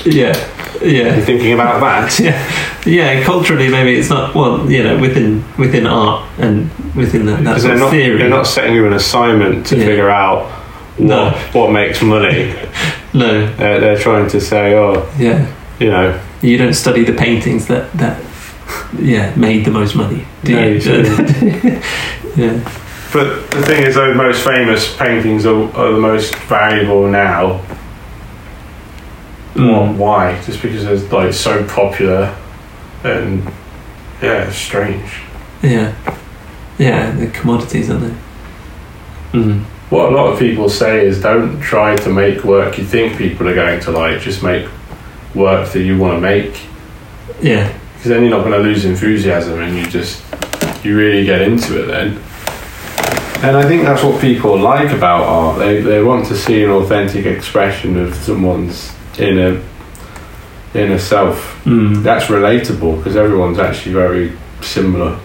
Speaker 2: Yeah,
Speaker 3: you're
Speaker 2: yeah,
Speaker 3: thinking about that?
Speaker 2: yeah. yeah, culturally maybe it's not. Well, you know, within within art and within that, that
Speaker 3: Because
Speaker 2: sort
Speaker 3: they're
Speaker 2: of
Speaker 3: not,
Speaker 2: theory.
Speaker 3: they're not setting you an assignment to
Speaker 2: Yeah.
Speaker 3: figure out what,
Speaker 2: No.
Speaker 3: what makes money.
Speaker 2: no,
Speaker 3: they're, they're trying to say, oh,
Speaker 2: yeah,
Speaker 3: you know,
Speaker 2: you don't study the paintings that that yeah made the most money. Do
Speaker 3: No,
Speaker 2: you?
Speaker 3: you shouldn't.
Speaker 2: [laughs] yeah,
Speaker 3: But the thing is, those most famous paintings are, are the most valuable now.
Speaker 2: Mm.
Speaker 3: Why? Just because they're like so popular, and yeah, it's strange.
Speaker 2: yeah, yeah. The commodities, aren't they? Mm.
Speaker 3: What a lot of people say is, don't try to make work you think people are going to like. Just make work that you want to make,
Speaker 2: Yeah,
Speaker 3: because then you're not going to lose enthusiasm, and you just you really get into it then. And I think that's what people like about art. They they want to see an authentic expression of someone's inner inner self.
Speaker 2: mm.
Speaker 3: that's relatable because everyone's actually very similar.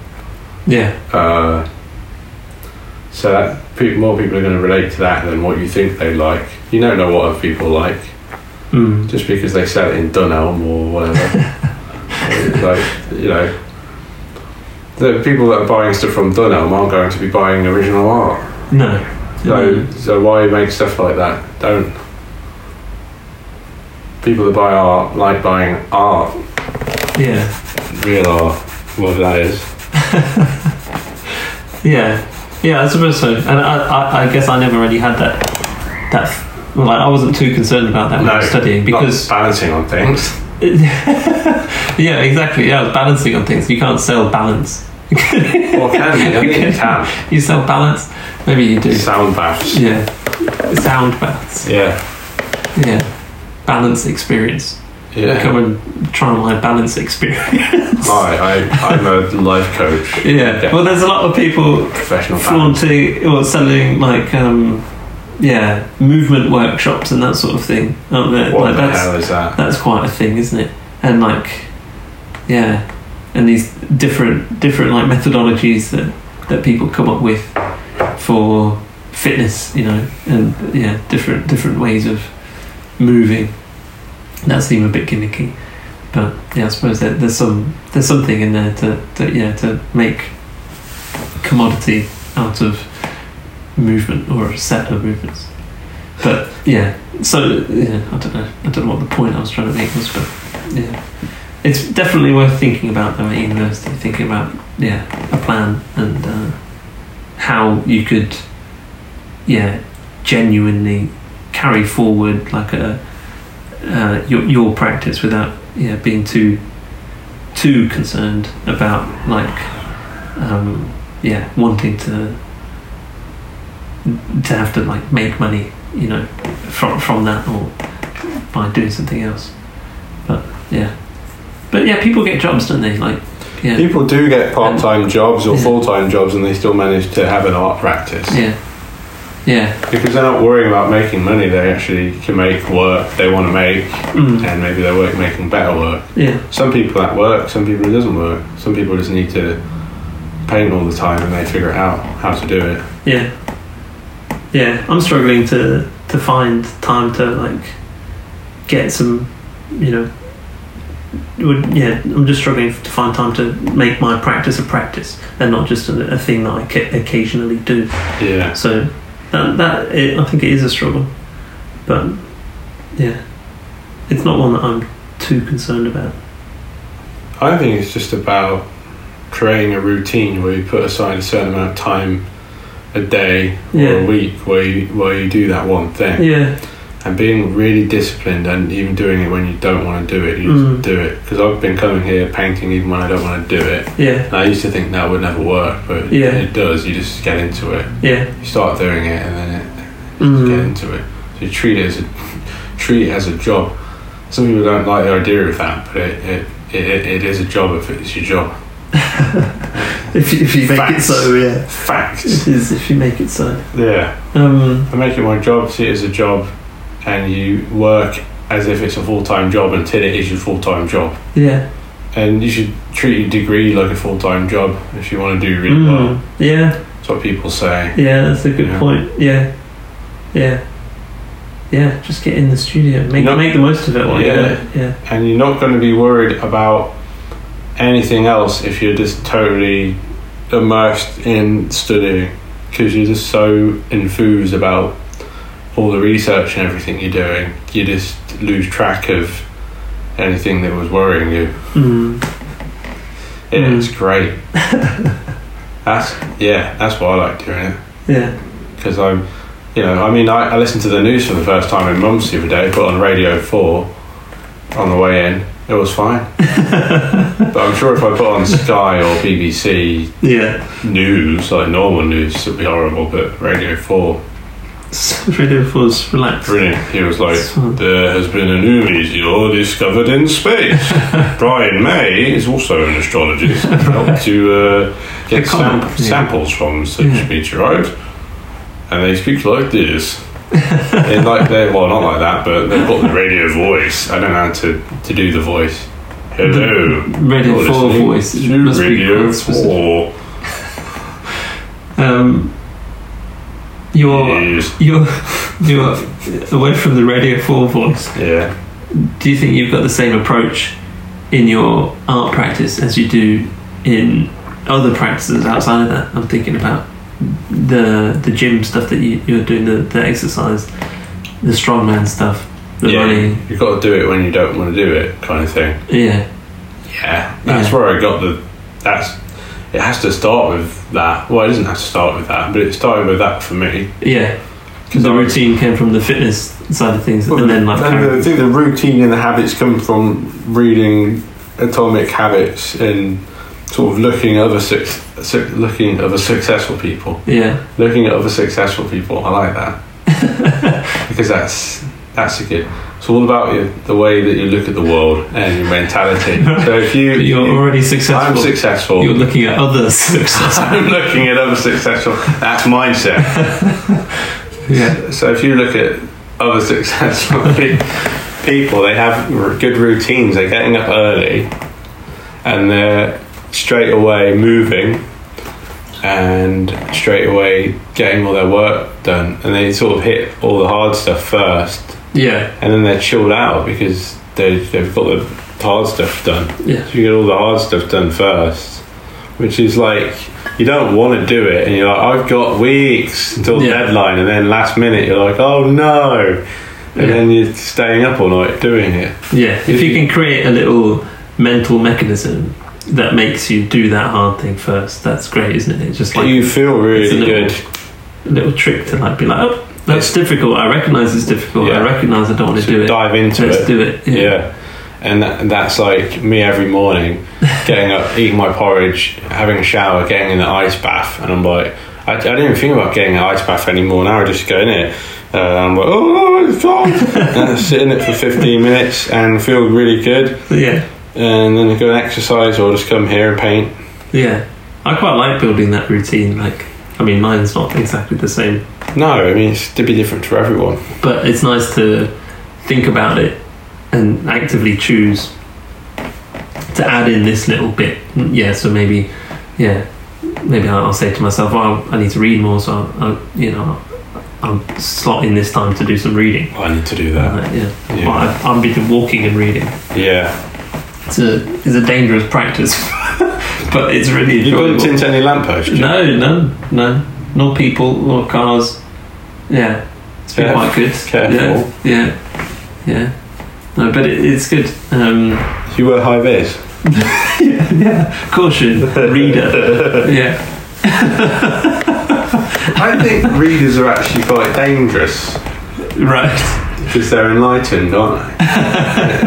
Speaker 2: yeah,
Speaker 3: Uh, so that pe- more people are going to relate to that than what you think they like. You don't know what other people like
Speaker 2: mm.
Speaker 3: just because they sell it in Dunelm or
Speaker 2: [laughs]
Speaker 3: whatever. It's like you know, the people that are buying stuff from Dunelm aren't going to be buying original art.
Speaker 2: no,
Speaker 3: So
Speaker 2: Mm-hmm.
Speaker 3: so why make stuff like that? Don't. People that buy art like buying art,
Speaker 2: yeah.
Speaker 3: real art, whatever that is.
Speaker 2: Yeah, yeah, I suppose so. And I, I, I guess I never really had that. That well, like, I wasn't too concerned about that when I was studying because [laughs]
Speaker 3: [laughs] not balancing on things.
Speaker 2: yeah, exactly. Yeah, I was balancing on things. You can't sell balance.
Speaker 3: Well, can you? I think
Speaker 2: [laughs]
Speaker 3: you can.
Speaker 2: You sell balance. Maybe you do.
Speaker 3: Sound baths.
Speaker 2: Yeah, sound balance.
Speaker 3: Yeah.
Speaker 2: Yeah, balance experience.
Speaker 3: Yeah.
Speaker 2: Come and try and my balance experience.
Speaker 3: Hi, I, I'm a life coach.
Speaker 2: Yeah.
Speaker 3: [laughs] Yeah.
Speaker 2: Well, there's a lot of people
Speaker 3: Professional balance.
Speaker 2: flaunting or selling like um, yeah movement workshops and that sort of thing, aren't there?
Speaker 3: What
Speaker 2: like
Speaker 3: the
Speaker 2: that's
Speaker 3: hell is that?
Speaker 2: that's quite a thing, isn't it? And like, yeah, and these different different like methodologies that that people come up with for fitness, you know, and yeah, different different ways of moving. That seem a bit gimmicky, but yeah, I suppose that there's some there's something in there to, to yeah to make commodity out of movement or a set of movements. But yeah, so yeah, I don't know. I don't know what the point I was trying to make was, but yeah, it's definitely worth thinking about though at university. Thinking about yeah, a plan and uh, how you could yeah genuinely carry forward like a uh, your your practice without yeah being too too concerned about like um, yeah wanting to to have to like make money you know from from that or by doing something else. But yeah, but yeah, people get jobs, don't they? Like yeah,
Speaker 3: People do get part time jobs
Speaker 2: [laughs]
Speaker 3: or
Speaker 2: Yeah.
Speaker 3: full time jobs and they still manage to have an art practice.
Speaker 2: yeah, yeah,
Speaker 3: Because they're not worrying about making money, they actually can make work they want to make
Speaker 2: mm,
Speaker 3: and maybe they're work making better work.
Speaker 2: yeah,
Speaker 3: Some people that work, some people it doesn't work. Some people just need to paint all the time and they figure out how to do it.
Speaker 2: yeah, yeah. I'm struggling to to find time to like get some, you know. Would, yeah, I'm just struggling to find time to make my practice a practice and not just a, a thing that I ca- occasionally do.
Speaker 3: Yeah.
Speaker 2: So that that it, I think it is a struggle, but yeah, it's not one that I'm too concerned about.
Speaker 3: I think it's just about creating a routine where you put aside a certain amount of time a day or
Speaker 2: Yeah.
Speaker 3: a week where you, where you do that one thing
Speaker 2: Yeah,
Speaker 3: and being really disciplined and even doing it when you don't want to do it you
Speaker 2: Mm.
Speaker 3: just do it because I've been coming here painting even when I don't want to do it
Speaker 2: yeah,
Speaker 3: and I used to think that would never work but
Speaker 2: Yeah.
Speaker 3: it does you just get into it
Speaker 2: yeah,
Speaker 3: you start doing it and then it
Speaker 2: Mhm.
Speaker 3: get into it so you treat it as a [laughs] treat it as a job some people don't like the idea of that but it, it, it, it is a job if it's your job
Speaker 2: If you, if you make it
Speaker 3: Facts.
Speaker 2: so, yeah, [laughs]
Speaker 3: Facts.
Speaker 2: it is. If you make it so,
Speaker 3: Yeah.
Speaker 2: um,
Speaker 3: I make it my job, see it as a job, and you work as if it's a full time job until it is your full time job.
Speaker 2: yeah,
Speaker 3: And you should treat your degree like a full time job if you want to do really
Speaker 2: Mm.
Speaker 3: well.
Speaker 2: yeah,
Speaker 3: That's what people say.
Speaker 2: yeah. That's a good
Speaker 3: Yeah.
Speaker 2: point. Yeah, yeah, yeah. Just get in the studio, make
Speaker 3: No.
Speaker 2: make the most of it. While you're
Speaker 3: Yeah.
Speaker 2: there. yeah,
Speaker 3: And you're not going to be worried about anything else if you're just totally immersed in studying because you're just so enthused about all the research and everything you're doing. You just lose track of anything that was worrying you.
Speaker 2: Mm.
Speaker 3: Yeah,
Speaker 2: Mm.
Speaker 3: It's great. [laughs] that's yeah, that's why I like doing it
Speaker 2: Yeah.
Speaker 3: because I'm, you know, I mean, I, I listened to the news for the first time in months the other day, put on Radio 4 on the way in. It was fine. but I'm sure if I put on Sky or BBC
Speaker 2: [laughs] Yeah.
Speaker 3: News, like normal news, it'd be horrible, but Radio 4,
Speaker 2: Radio 4's relaxed.
Speaker 3: brilliant. He was like,
Speaker 2: It's fun.
Speaker 3: there has been a new meteor discovered in space. Brian May is also an
Speaker 2: [laughs]
Speaker 3: astrologist. Helped to uh, get
Speaker 2: The comment,
Speaker 3: sam-
Speaker 2: yeah.
Speaker 3: samples from such
Speaker 2: Yeah.
Speaker 3: meteorite, and they speak like this. and like they well, not like that, but they've got the radio voice. I don't know how to, to do the voice. [laughs] Hello.
Speaker 2: Radio
Speaker 3: You're
Speaker 2: 4
Speaker 3: listening
Speaker 2: voice. It
Speaker 3: to
Speaker 2: must be
Speaker 3: Radio
Speaker 2: quite specific.
Speaker 3: Four.
Speaker 2: Um, you're,
Speaker 3: Yes.
Speaker 2: you're, [laughs] you're away from the Radio 4 voice.
Speaker 3: Yeah.
Speaker 2: Do you think you've got the same approach in your art practice as you do in other practices outside of that? I'm thinking about the the gym stuff that you, you're doing, the, the exercise, the strongman stuff, the
Speaker 3: yeah.
Speaker 2: running.
Speaker 3: You've got to do it when you don't want to do it, kind of thing.
Speaker 2: Yeah,
Speaker 3: Yeah, that's
Speaker 2: Yeah.
Speaker 3: where I got the. That's it has to start with that. Well, it doesn't have to start with that, but it started with that for me.
Speaker 2: yeah. The
Speaker 3: I-
Speaker 2: routine came from the fitness side of things, and then like
Speaker 3: I think the routine and the habits come from reading Atomic Habits and sort of looking at other suc suc- looking at other successful people.
Speaker 2: yeah,
Speaker 3: Looking at other successful people, I like that
Speaker 2: [laughs]
Speaker 3: because that's that's a good. It's all about your, the way that you look at the world and
Speaker 2: [laughs]
Speaker 3: your mentality. So if you,
Speaker 2: but you're
Speaker 3: you-
Speaker 2: already
Speaker 3: I'm
Speaker 2: successful.
Speaker 3: successful.
Speaker 2: You're looking at others [laughs] success.
Speaker 3: [laughs] I'm looking at other successful. That's mindset.
Speaker 2: yeah,
Speaker 3: So if you look at other successful [laughs] pe- people, they have r- good routines. They're getting up early, and they're straight away moving, and straight away getting all their work done. And they sort of hit all the hard stuff first,
Speaker 2: yeah,
Speaker 3: and then they're chilled out because they they've got the hard stuff done.
Speaker 2: yeah,
Speaker 3: So you get all the hard stuff done first, which is like you don't want to do it, and you're like, I've got weeks until
Speaker 2: Yeah.
Speaker 3: deadline, and then last minute you're like, oh no, and
Speaker 2: Yeah.
Speaker 3: then you're staying up all night doing it.
Speaker 2: yeah. If you can create a little mental mechanism that makes you do that hard thing first, that's great, isn't it? It's just like
Speaker 3: you feel
Speaker 2: it's a
Speaker 3: really
Speaker 2: little-
Speaker 3: good.
Speaker 2: a little trick to like be like, oh, that's difficult. I recognise it's difficult.
Speaker 3: Yeah.
Speaker 2: I recognise I don't want to
Speaker 3: to
Speaker 2: do it.
Speaker 3: dive into
Speaker 2: Let's
Speaker 3: it.
Speaker 2: do it.
Speaker 3: yeah. And that, and that's like me every morning, getting up, eating my porridge, having a shower, getting in the ice bath, and I'm like, I, I didn't even think about getting an ice bath anymore. Now I just go in it, uh, and I'm like, oh, it's cold. and I sit in it for 15 minutes and feel really good,
Speaker 2: yeah, yeah,
Speaker 3: and then I go and exercise, or just come here and paint.
Speaker 2: yeah. I quite like building that routine. Like, I mean, mine's not exactly the same,
Speaker 3: No, I mean it's to be different for everyone.
Speaker 2: but it's nice to think about it and actively choose to add in this little bit. Yeah, so maybe, yeah, maybe I'll I'll say to myself, "Oh, I need to read more," so I'll, I'll you know, I'll slot in this time to do some reading.
Speaker 3: I need to do that.
Speaker 2: Like, yeah. Well,
Speaker 3: Yeah,
Speaker 2: I- I'm been walking and reading.
Speaker 3: yeah.
Speaker 2: It's a it's a dangerous practice, [laughs] but it's really
Speaker 3: You bumped
Speaker 2: enjoyable.
Speaker 3: into any lamppost?
Speaker 2: No, no, no, no people, nor cars. Yeah, it's been
Speaker 3: Caref-
Speaker 2: quite good.
Speaker 3: careful.
Speaker 2: Yeah, yeah, yeah. No, but it, it's good. Um,
Speaker 3: You wear high vis.
Speaker 2: yeah, yeah.
Speaker 3: [laughs]
Speaker 2: Caution, reader. yeah,
Speaker 3: I think readers are actually quite dangerous.
Speaker 2: right.
Speaker 3: Because they're enlightened, aren't they?
Speaker 2: [laughs]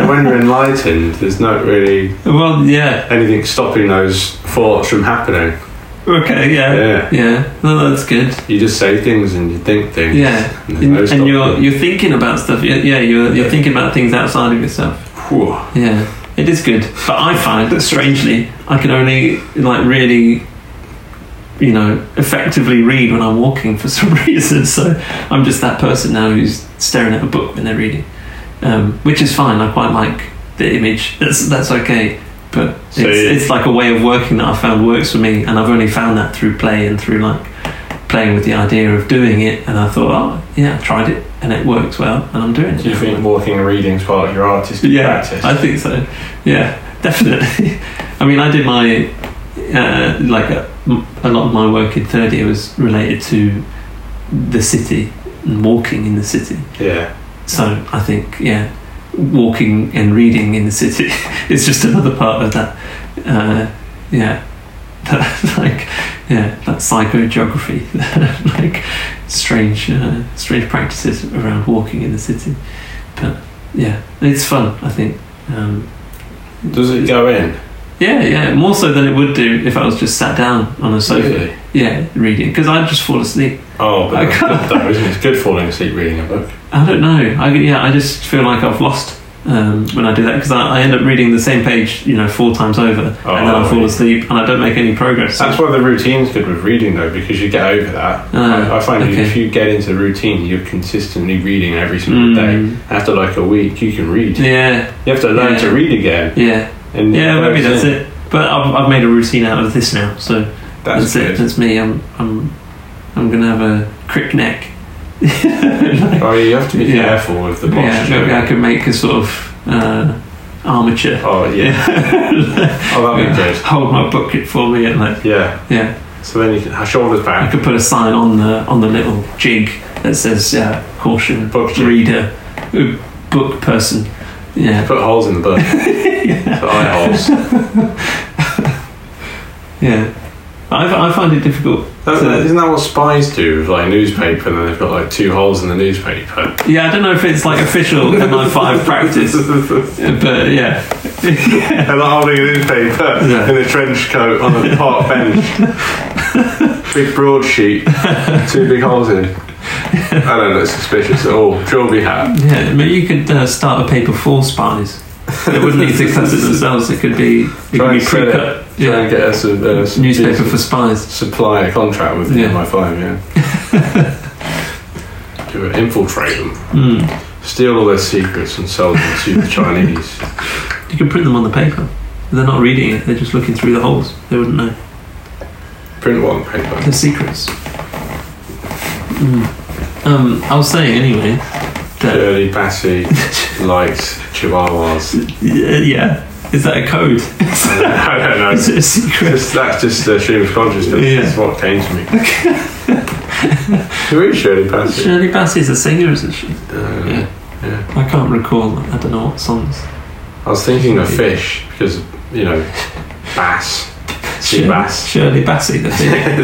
Speaker 3: and when you're enlightened, there's not really
Speaker 2: Well, yeah.
Speaker 3: anything stopping those thoughts from happening.
Speaker 2: Okay, yeah,
Speaker 3: Yeah.
Speaker 2: yeah. No, that's good.
Speaker 3: You just say things and you think things.
Speaker 2: Yeah.
Speaker 3: there's
Speaker 2: And,
Speaker 3: no
Speaker 2: and
Speaker 3: stopping
Speaker 2: you're
Speaker 3: them.
Speaker 2: you're thinking about stuff. Yeah, yeah. You're you're thinking about things outside of yourself.
Speaker 3: Whew.
Speaker 2: Yeah, it is good. But I find that strangely, I can only like really, you know, effectively read when I'm walking for [laughs] some reason. So I'm just that person now who's staring at a book when they're reading, um, which is fine. I quite like the image. That's that's okay. But it's,
Speaker 3: So you-
Speaker 2: it's like a way of working that I found works for me, and I've only found that through play and through like playing with the idea of doing it. And I thought, oh yeah, I tried it, and it worked well, and I'm doing it.
Speaker 3: Do you think walking and reading's part of your artistic
Speaker 2: Yeah,
Speaker 3: practice?
Speaker 2: I think so. Yeah, definitely. [laughs] I mean, I did my uh, like a, a lot of my work in third year was related to the city and walking in the city.
Speaker 3: Yeah.
Speaker 2: So I think yeah, walking and reading in the city [laughs] is just another part of that. Uh, yeah, [laughs] that, like yeah, that psychogeography, [laughs] like strange uh, strange practices around walking in the city. But yeah, it's fun. I think. Um,
Speaker 3: Does it go in?
Speaker 2: yeah, yeah, more so than it would do if I was just sat down on a sofa.
Speaker 3: Really?
Speaker 2: Yeah, reading because I'd just fall asleep.
Speaker 3: Oh,
Speaker 2: I
Speaker 3: but that's
Speaker 2: can't-
Speaker 3: good though, isn't it? It's good falling asleep reading a book.
Speaker 2: I don't know. I yeah, I just feel like I've lost um, when I do that because I, I end up reading the same page, you know, four times over,
Speaker 3: Oh,
Speaker 2: and then I fall
Speaker 3: yeah.
Speaker 2: asleep and I don't make any progress.
Speaker 3: That's why the routine's good with reading though, because you get over that.
Speaker 2: Ah,
Speaker 3: I, I find
Speaker 2: okay.
Speaker 3: if you get into the routine, you're consistently reading every single day.
Speaker 2: Mm.
Speaker 3: After like a week, you can read.
Speaker 2: Yeah,
Speaker 3: You have to learn
Speaker 2: Yeah.
Speaker 3: to read again.
Speaker 2: yeah,
Speaker 3: And
Speaker 2: yeah.
Speaker 3: it
Speaker 2: Maybe
Speaker 3: goes
Speaker 2: that's
Speaker 3: in.
Speaker 2: it. But I've, I've made a routine out of this now, so
Speaker 3: That's,
Speaker 2: that's, it.
Speaker 3: good.
Speaker 2: That's me. I'm I'm I'm gonna have a crick neck.
Speaker 3: Oh, you have to be
Speaker 2: Yeah.
Speaker 3: careful with the
Speaker 2: [laughs] yeah,
Speaker 3: posture.
Speaker 2: maybe I could make a sort of uh, armature.
Speaker 3: Oh
Speaker 2: [laughs]
Speaker 3: yeah. Oh, that'd be good.
Speaker 2: Hold my bucket for me and like
Speaker 3: Yeah.
Speaker 2: yeah.
Speaker 3: So then you can her shoulders
Speaker 2: I
Speaker 3: back.
Speaker 2: could put a sign on the on the little jig that says uh, caution
Speaker 3: Book jig.
Speaker 2: reader uh, book person. Yeah,
Speaker 3: Put holes in
Speaker 2: [laughs]
Speaker 3: the book. So eye holes.
Speaker 2: yeah. I, I find it difficult.
Speaker 3: That's,
Speaker 2: So-
Speaker 3: isn't that what spies do with like newspaper and then they've got like two holes in
Speaker 2: [laughs]
Speaker 3: the newspaper?
Speaker 2: Yeah, I don't know if it's like official MI
Speaker 3: [laughs]
Speaker 2: five practice, but yeah, [laughs]
Speaker 3: They're not holding a newspaper
Speaker 2: Yeah.
Speaker 3: in a trench coat on a
Speaker 2: [laughs]
Speaker 3: park bench. big broadsheet, two big holes in it. I don't look suspicious at all. Trilby hat.
Speaker 2: yeah. Maybe you could uh, start a paper for spies. They wouldn't need to cut it themselves. It could be it
Speaker 3: Try
Speaker 2: could
Speaker 3: and
Speaker 2: be
Speaker 3: sell it.
Speaker 2: pre-cut.
Speaker 3: Try and
Speaker 2: Yeah,
Speaker 3: get us a, a s-
Speaker 2: newspaper for spies.
Speaker 3: supply a contract with
Speaker 2: Yeah.
Speaker 3: yeah. my phone,
Speaker 2: [laughs]
Speaker 3: yeah. Do it, infiltrate them,
Speaker 2: Mm.
Speaker 3: steal all their secrets and sell them to the Chinese.
Speaker 2: You can print them on the paper. They're not reading it. They're just looking through the holes. They wouldn't know.
Speaker 3: Print one paper.
Speaker 2: The secrets. Mm. Um, I was saying anyway that
Speaker 3: Dirty, batty, likes chihuahuas.
Speaker 2: yeah, [laughs] yeah. is that a code?
Speaker 3: [laughs] I don't know.
Speaker 2: is it a secret?
Speaker 3: Just- that's just the stream of consciousness.
Speaker 2: Yeah.
Speaker 3: That's what came to me. Who is Shirley Bassey?
Speaker 2: Shirley Bassey's a singer, isn't she?
Speaker 3: Uh,
Speaker 2: Yeah.
Speaker 3: yeah.
Speaker 2: I can't recall. I don't know what songs.
Speaker 3: I was thinking of fish because you know bass, sea
Speaker 2: Shirley-
Speaker 3: bass. [laughs]
Speaker 2: Shirley Bassey, the singer.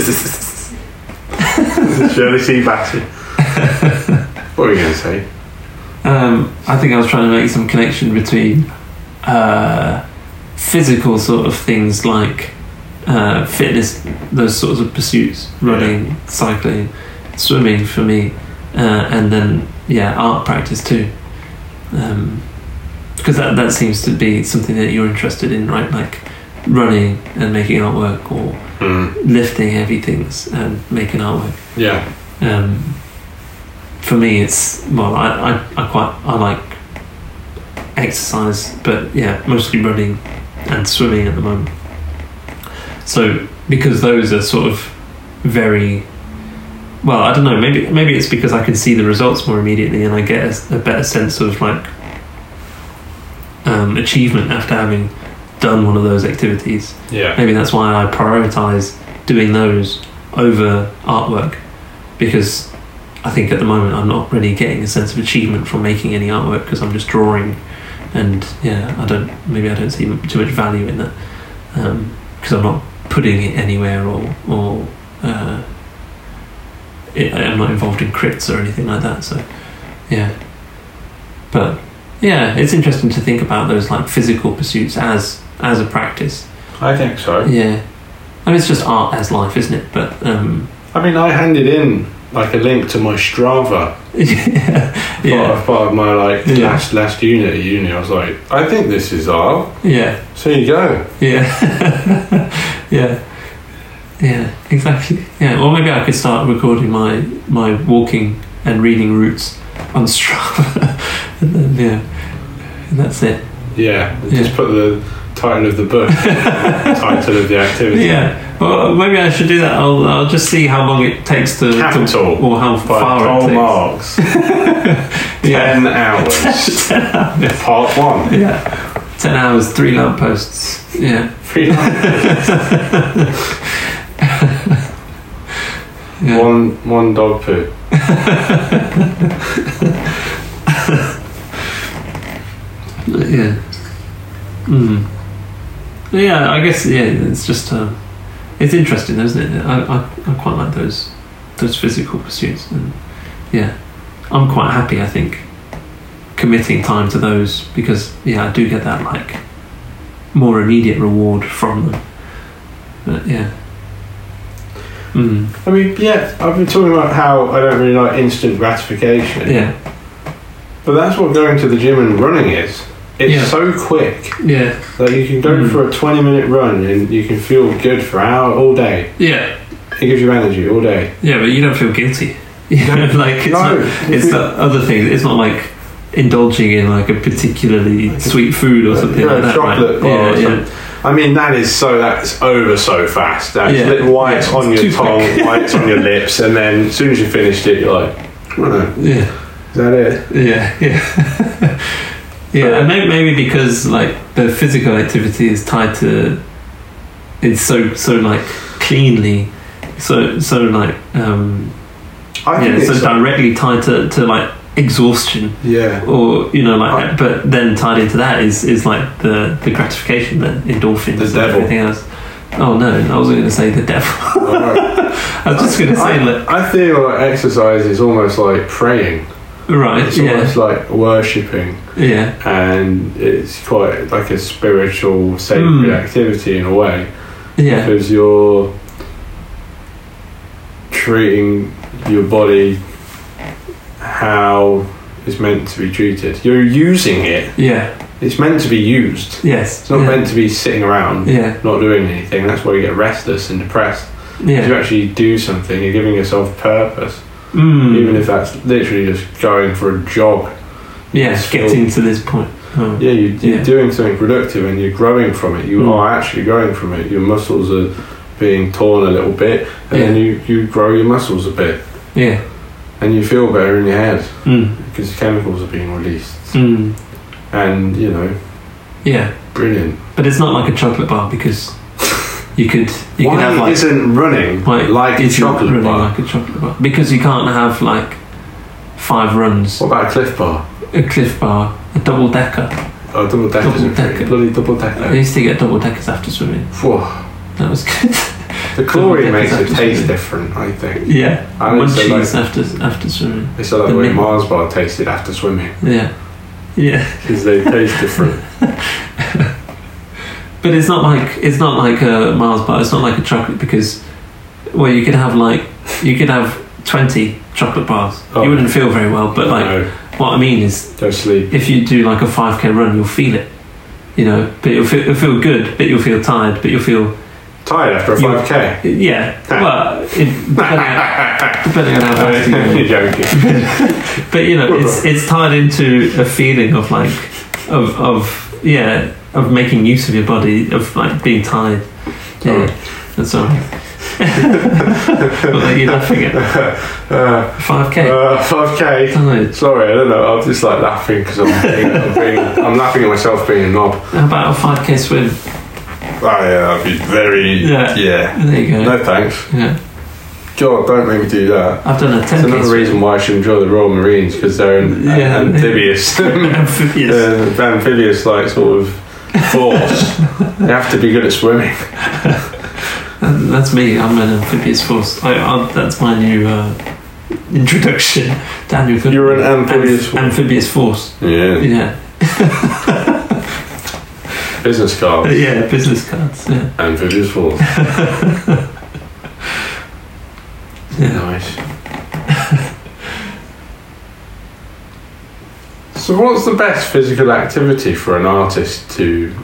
Speaker 3: Shirley
Speaker 2: [laughs]
Speaker 3: Sea Bassey. What were you going to say?
Speaker 2: um, I think I was trying to make some connection between uh, physical sort of things like uh, fitness, those sorts of pursuits, running, cycling, swimming for me, uh, and then yeah, art practice too. Um 'cause because that, that seems to be something that you're interested in, right? Like running and making artwork, or
Speaker 3: Mm.
Speaker 2: lifting heavy things and making artwork
Speaker 3: Yeah,
Speaker 2: um, for me it's well I, I, I quite I like exercise but yeah mostly running and swimming at the moment so because those are sort of very well I don't know maybe maybe it's because I can see the results more immediately and I get a, s- a better sense of like um, achievement after having done one of those activities
Speaker 3: yeah,
Speaker 2: maybe that's why I prioritize doing those over artwork because I think at the moment I'm not really getting a sense of achievement from making any artwork because I'm just drawing and yeah I don't maybe I don't see too much value in that because I'm not putting it anywhere or or uh, it, I'm not involved in crits or anything like that so yeah but yeah it's interesting to think about those like physical pursuits as as a practice
Speaker 3: I think so.
Speaker 2: yeah. I mean, it's just art as life, isn't it? But, um, [laughs]
Speaker 3: I mean, I handed in like a link to my Strava
Speaker 2: yeah.
Speaker 3: part
Speaker 2: Yeah.
Speaker 3: of, part of my like
Speaker 2: Yeah.
Speaker 3: last last unit at uni. I was like, I think this is art.
Speaker 2: Yeah.
Speaker 3: So you go.
Speaker 2: Yeah. [laughs] yeah. Yeah, exactly. Yeah, or maybe I could start recording my my walking and reading routes on Strava, [laughs] and then yeah, and that's it. [laughs]
Speaker 3: Yeah,
Speaker 2: Yeah.
Speaker 3: just put the title of the
Speaker 2: [laughs]
Speaker 3: book, title of the activity.
Speaker 2: Yeah, well, maybe I should do that. I'll I'll just see how long it takes to, to
Speaker 3: Capital
Speaker 2: or how
Speaker 3: by
Speaker 2: far it
Speaker 3: Paul
Speaker 2: takes.
Speaker 3: Marx.
Speaker 2: [laughs] Yeah, [laughs]
Speaker 3: Ten hours. Part one.
Speaker 2: yeah, Ten hours, three lampposts. Yeah. [laughs]
Speaker 3: Three
Speaker 2: yeah.
Speaker 3: One one dog poo.
Speaker 2: Yeah. Mm. Yeah, I guess yeah. It's just uh, it's interesting, though, isn't it? I, I, I quite like those those physical pursuits, and yeah, I'm quite happy. I think committing time to those because yeah, I do get that like more immediate reward from them. But yeah. Mm.
Speaker 3: I mean, yeah, I've been talking about how I don't really like instant gratification.
Speaker 2: Yeah.
Speaker 3: But that's what going to the gym and running is. It's
Speaker 2: Yeah.
Speaker 3: so quick.
Speaker 2: Yeah.
Speaker 3: Like you can go
Speaker 2: Mm.
Speaker 3: for a twenty minute run and you can feel good for hour all day.
Speaker 2: Yeah.
Speaker 3: It gives you energy all day.
Speaker 2: Yeah, but you don't feel guilty. [laughs] You
Speaker 3: No.
Speaker 2: know, like it's not-
Speaker 3: no,
Speaker 2: It's that other thing. It's not like indulging in like a particularly sweet food or something
Speaker 3: Yeah,
Speaker 2: like that.
Speaker 3: chocolate
Speaker 2: right?
Speaker 3: bar
Speaker 2: yeah,
Speaker 3: or something. I mean, that is so that's over so fast. That's
Speaker 2: Yeah.
Speaker 3: li- why it's
Speaker 2: Yeah,
Speaker 3: on
Speaker 2: it's
Speaker 3: your
Speaker 2: too
Speaker 3: tongue,
Speaker 2: quick.
Speaker 3: why it's on your lips, and then as soon as you finished it, you're like, "Oh,
Speaker 2: yeah,
Speaker 3: is that it?
Speaker 2: yeah, yeah, [laughs] yeah.
Speaker 3: uh,
Speaker 2: And maybe, maybe because like the physical activity is tied to it's so so like cleanly, so so like um,
Speaker 3: I
Speaker 2: yeah,
Speaker 3: think
Speaker 2: so
Speaker 3: it's
Speaker 2: directly tied to to like exhaustion
Speaker 3: yeah.
Speaker 2: or you know like but then tied into that is is like the the gratification the endorphins
Speaker 3: The
Speaker 2: and
Speaker 3: devil.
Speaker 2: everything else oh no i wasn't going to say the devil [laughs]
Speaker 3: Alright.
Speaker 2: i was just going to say like
Speaker 3: I feel like exercise is almost like praying.
Speaker 2: right
Speaker 3: It's
Speaker 2: Uh, yeah
Speaker 3: almost like worshipping,
Speaker 2: yeah
Speaker 3: and it's quite like a spiritual, sacred
Speaker 2: Mm.
Speaker 3: activity in a way
Speaker 2: yeah
Speaker 3: because you're treating your body how it's meant to be treated. You're using it.
Speaker 2: yeah
Speaker 3: It's meant to be used.
Speaker 2: yes
Speaker 3: It's not
Speaker 2: yeah.
Speaker 3: meant to be sitting around.
Speaker 2: yeah
Speaker 3: Not doing anything. That's why you get restless and depressed. If you
Speaker 2: yeah
Speaker 3: actually do something, you're giving yourself purpose.
Speaker 2: mm.
Speaker 3: even if that's literally just going for a jog.
Speaker 2: yeah
Speaker 3: it's
Speaker 2: getting to this point oh.
Speaker 3: Yeah, you, you're
Speaker 2: Yeah.
Speaker 3: doing something productive and you're growing from it. You
Speaker 2: Mm.
Speaker 3: are actually growing from it. Your muscles are being torn a little bit, and then
Speaker 2: Yeah.
Speaker 3: you, you grow your muscles a bit,
Speaker 2: yeah
Speaker 3: and you feel better in your head
Speaker 2: mm.
Speaker 3: because chemicals are being released.
Speaker 2: Mm.
Speaker 3: And you know,
Speaker 2: yeah
Speaker 3: brilliant.
Speaker 2: but it's not like a chocolate bar because you could you could have
Speaker 3: Why
Speaker 2: like
Speaker 3: isn't running
Speaker 2: Why
Speaker 3: like a
Speaker 2: isn't
Speaker 3: chocolate
Speaker 2: running
Speaker 3: bar?
Speaker 2: like a chocolate bar because you can't have like five runs
Speaker 3: What about a cliff bar?
Speaker 2: a cliff bar, a double decker.
Speaker 3: Oh, double decker.
Speaker 2: Double-decker.
Speaker 3: Bloody double
Speaker 2: I
Speaker 3: decker.
Speaker 2: used to get double deckers after swimming.
Speaker 3: Whoa.
Speaker 2: That was good. [laughs]
Speaker 3: The chlorine makes
Speaker 2: Double-decker's
Speaker 3: it taste
Speaker 2: absolutely-
Speaker 3: different, I think.
Speaker 2: yeah.
Speaker 3: I would say
Speaker 2: Munchies after after swimming.
Speaker 3: They said that
Speaker 2: The
Speaker 3: way
Speaker 2: mint.
Speaker 3: Mars bar tasted after swimming.
Speaker 2: Yeah. Yeah.
Speaker 3: because they taste different.
Speaker 2: But it's not like it's not like a Mars bar. It's not like a chocolate because, well, you could have like you could have twenty chocolate bars.
Speaker 3: Oh.
Speaker 2: You wouldn't feel very well. [laughs] But like
Speaker 3: no,
Speaker 2: what I mean is,
Speaker 3: don't sleep.
Speaker 2: if you do like a five k run, you'll feel it. You know, but you'll feel, you'll feel good, but you'll feel tired, but you'll feel
Speaker 3: Tired after a
Speaker 2: You-
Speaker 3: five
Speaker 2: [laughs]
Speaker 3: k.
Speaker 2: yeah. Well, it, depending, on, depending on how fast you go.
Speaker 3: [laughs] You're joking.
Speaker 2: But you know, it's it's tied into a feeling of like of of yeah of making use of your body of like being tired.
Speaker 3: Sorry.
Speaker 2: Yeah, that's all. right. [laughs] what are you laughing at?
Speaker 3: Uh,
Speaker 2: Five k.
Speaker 3: Five k.
Speaker 2: Tired.
Speaker 3: Sorry, I don't know. I'm just like laughing because I'm, being- I'm, being- I'm laughing at myself being a knob.
Speaker 2: How about a five k swim?
Speaker 3: Oh yeah, I'd be very
Speaker 2: Yeah. There you go.
Speaker 3: No thanks.
Speaker 2: Yeah,
Speaker 3: God, don't make me do that.
Speaker 2: I've done a
Speaker 3: That's
Speaker 2: ten k
Speaker 3: another
Speaker 2: swim.
Speaker 3: reason why I should enjoy the Royal Marines because they're an, an
Speaker 2: Yeah. [laughs]
Speaker 3: amphibious. [laughs]
Speaker 2: Amphibious.
Speaker 3: Uh, amphibious like sort of
Speaker 2: [laughs]
Speaker 3: force. they have to be good at swimming.
Speaker 2: That- That's me. I'm an amphibious force. I, I, that's my new uh, introduction. Daniel. Goodman.
Speaker 3: You're an amphibious force.
Speaker 2: amphibious force.
Speaker 3: Yeah.
Speaker 2: Yeah,
Speaker 3: Business
Speaker 2: But
Speaker 3: card.
Speaker 2: yeah. Business cards. Yeah.
Speaker 3: Amphibious force.
Speaker 2: yeah.
Speaker 3: Nice. [laughs] so, what's the best physical activity for an artist to